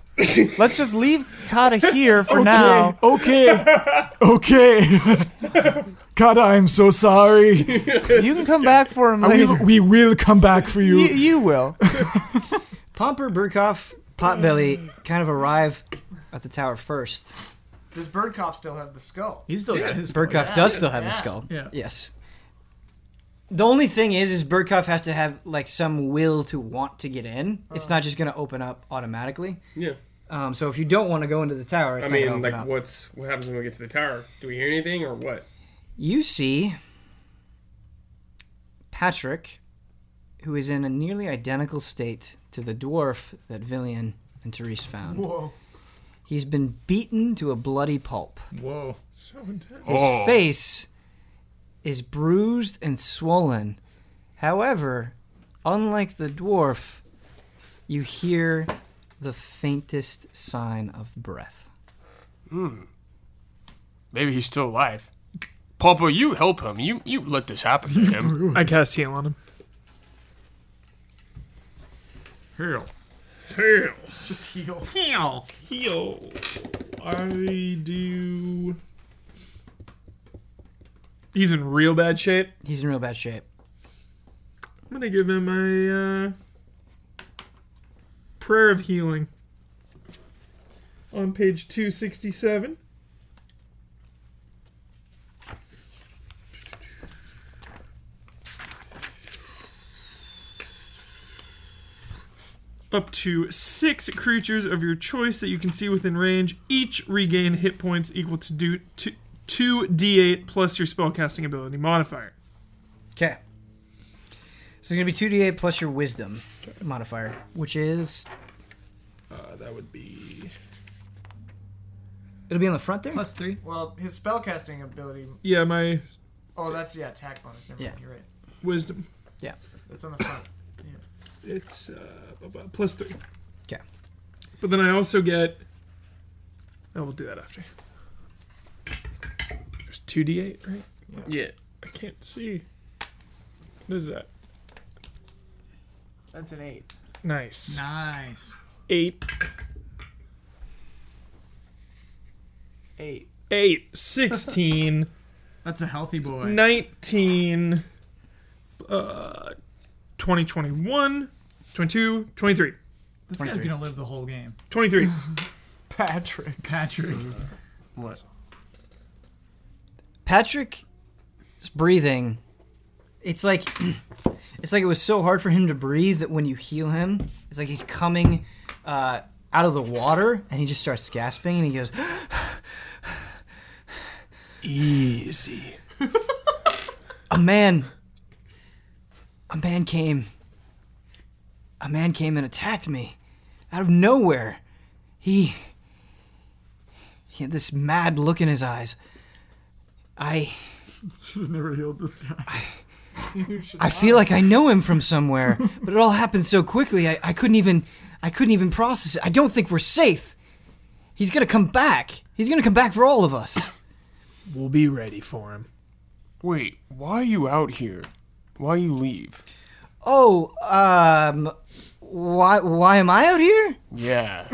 S2: Let's just leave Kata here for now.
S4: Okay. Okay. [laughs] God, I am so sorry.
S2: You can come back for him
S4: We,
S2: later.
S4: we will come back for
S2: You,
S4: you.
S2: you will.
S1: Pomper, Burkoff, Potbelly kind of arrive at the tower first.
S2: Does Birdcough still have the skull?
S5: He's still got his.
S1: Burkoff does still have the skull.
S5: Yeah.
S1: Yes. The only thing is, is Burkoff has to have like some will to want to get in. It's not just going to open up automatically.
S8: Uh-huh. Yeah.
S1: Um, so if you don't want to go into the tower, it's
S8: I
S1: not going to
S8: mean,
S1: open
S8: like,
S1: up.
S8: what's what happens when we get to the tower? Do we hear anything or what?
S1: You see Patrick, who is in a nearly identical state to the dwarf that Villian and Therese found.
S4: Whoa.
S1: He's been beaten to a bloody pulp.
S6: Whoa.
S1: His face is bruised and swollen. However, unlike the dwarf, you hear the faintest sign of breath.
S7: Maybe he's still alive. Papa, you help him. You you let this happen to him.
S9: I cast heal on him.
S6: Hell.
S8: Hell.
S6: Just heal.
S8: Hell.
S6: Heal. I do.
S9: He's in real bad shape.
S1: He's in real bad shape.
S6: I'm gonna give him a uh, prayer of healing. On page 267. Up to six creatures of your choice that you can see within range each regain hit points equal to do to, 2d8 plus your spellcasting ability modifier.
S1: Okay. So it's going to be 2d8 plus your wisdom modifier, which is.
S6: Uh, that would be
S1: It'll be on the front there?
S5: Plus three.
S2: Well, his spellcasting ability.
S6: yeah my
S2: Oh, that's the attack bonus. Never
S1: mind, Yeah.
S2: You're right.
S6: wisdom.
S2: That's on the front.
S6: It's uh, bu- bu- plus three.
S1: 'Kay.
S6: But then I also get. I will do that after. There's two d8, right?
S8: [laughs] Yeah.
S6: I can't see. What is that?
S2: That's an eight.
S6: Nice.
S5: Nice.
S6: Eight.
S2: Eight.
S6: Eight. 16.
S5: That's a healthy boy.
S6: 19. Uh, 20, 21, 22, 23.
S5: This guy's gonna live the whole game.
S6: 23.
S2: Patrick.
S5: Patrick.
S7: what?
S1: Patrick's breathing, it's like [clears throat] It's like it was so hard for him to breathe that when you heal him, it's like he's coming uh, out of the water and he just starts gasping and he goes,
S4: Easy.
S1: [laughs] A man. A man came. A man came and attacked me out of nowhere. He. He had this mad look in his eyes. I.
S7: Should have never healed this guy. You should
S1: I
S7: not.
S1: feel like I know him from somewhere, but it all happened so quickly. I, I couldn't even I couldn't even process it. I don't think we're safe. He's gonna come back. He's gonna come back for all of us.
S4: [laughs] We'll be ready for him.
S10: Wait, why are you out here? Why you leave?
S1: Oh, um, why why am I out here? [laughs]
S10: Yeah.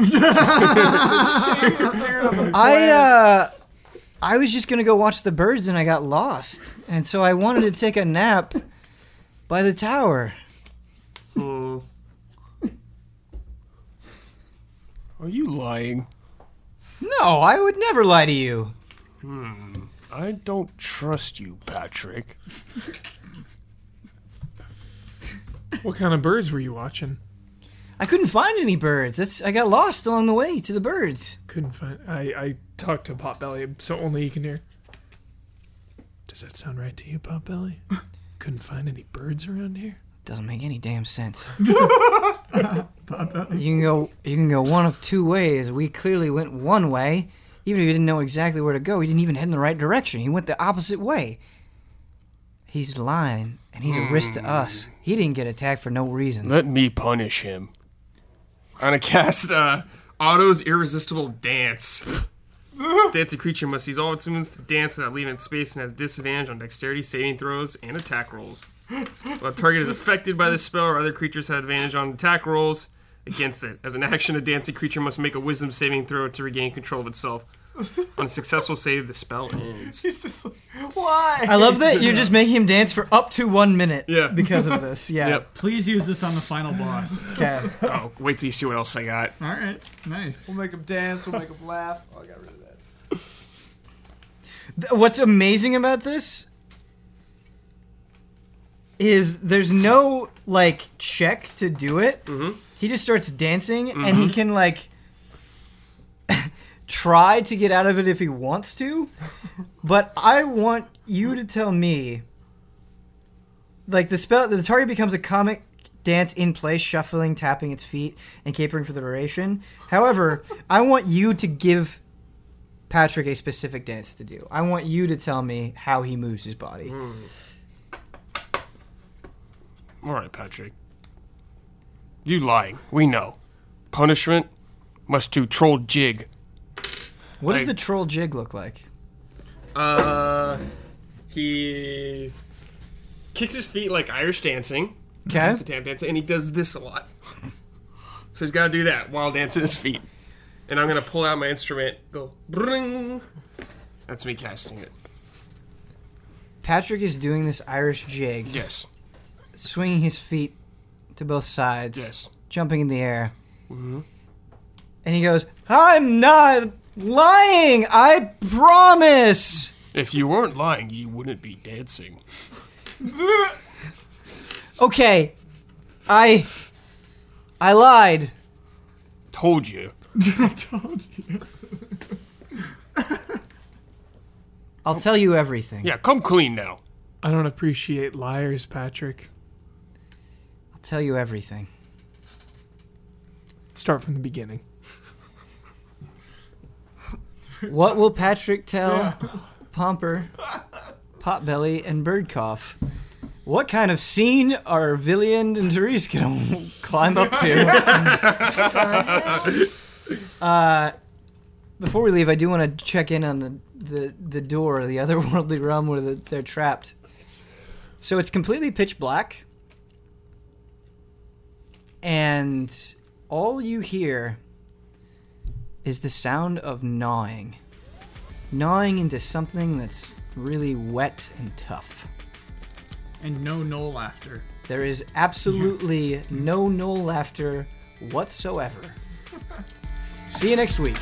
S1: I uh, I was just gonna go watch the birds and I got lost, and so I wanted to take a nap by the tower.
S7: Oh.
S10: Are you lying?
S1: No, I would never lie to you.
S10: Hmm. I don't trust you, Patrick.
S4: What kind of birds were you watching?
S1: I couldn't find any birds. That's I got lost along the way to the birds.
S4: Couldn't find. I I talked to Potbelly, so only he can hear. Does that sound right to you, Potbelly? Couldn't find any birds around here.
S1: Doesn't make any damn [laughs] sense. You can go. You can go one of two ways. We clearly went one way, even if he didn't know exactly where to go. He didn't even head in the right direction. He went the opposite way. He's lying, and he's a risk to us. He didn't get attacked for no reason.
S10: Let me punish him.
S7: I'm gonna cast uh, Otto's Irresistible Dance. Dance a creature must use all its movements to dance without leaving its space and at a disadvantage on dexterity saving throws and attack rolls. While a target is affected by this spell or other creatures have advantage on attack rolls against it. As an action, a dancing creature must make a wisdom saving throw to regain control of itself. On a successful save, the spell ends.
S1: He's just like,
S11: why?
S1: I love that you're just making him dance for up to one minute.
S7: Yeah.
S1: Because of this. Yeah.
S3: Please use this on the final
S5: [laughs]
S3: boss.
S1: Okay.
S7: oh, wait till you see what else I got.
S3: All right. Nice.
S2: We'll make him dance. We'll make him laugh. Oh, I got rid of that.
S1: Th- What's amazing about this is there's no like check to do it. He just starts dancing and he
S7: Mhm.
S1: can like [laughs] try to get out of it if he wants to. But I want you to tell me like the spell the target becomes a comic dance in place, shuffling, tapping its feet, and capering for the duration. However, I want you to give Patrick a specific dance to do. I want you to tell me how he moves his body.
S10: Mm. All right, Patrick. You lying. We know. Punishment must do troll jig.
S1: What does
S10: I-
S1: the troll jig look like?
S7: Uh, he kicks his feet like Irish dancing.
S1: 'Kay.
S7: He's a tap dancer, and he does this a lot. So he's got to do that while dancing his feet. And I'm gonna pull out my instrument. Go bring. That's me casting it.
S1: Patrick is doing this Irish jig.
S10: Yes.
S1: Swinging his feet to both sides.
S10: Yes. Mm-hmm.
S1: Jumping in the air. And he goes, I'm not lying! I promise!
S10: If you weren't lying, you wouldn't be dancing.
S1: Okay. I. I lied.
S10: Told you.
S7: I told you.
S1: I'll tell you everything.
S10: Yeah, come clean now.
S4: I don't appreciate liars, Patrick.
S1: I'll tell you everything.
S4: Start from the beginning.
S1: What will Patrick tell Pomper, Potbelly, and Birdcough? What kind of scene are Villian and Therese gonna climb up to? uh, before we leave, I do want to check in on the, the, the door, the otherworldly realm where the, they're trapped. So it's completely pitch black, and all you hear is the sound of gnawing. Gnawing into something that's really wet and tough.
S3: And no null laughter.
S1: There is absolutely no null laughter whatsoever. See you next week.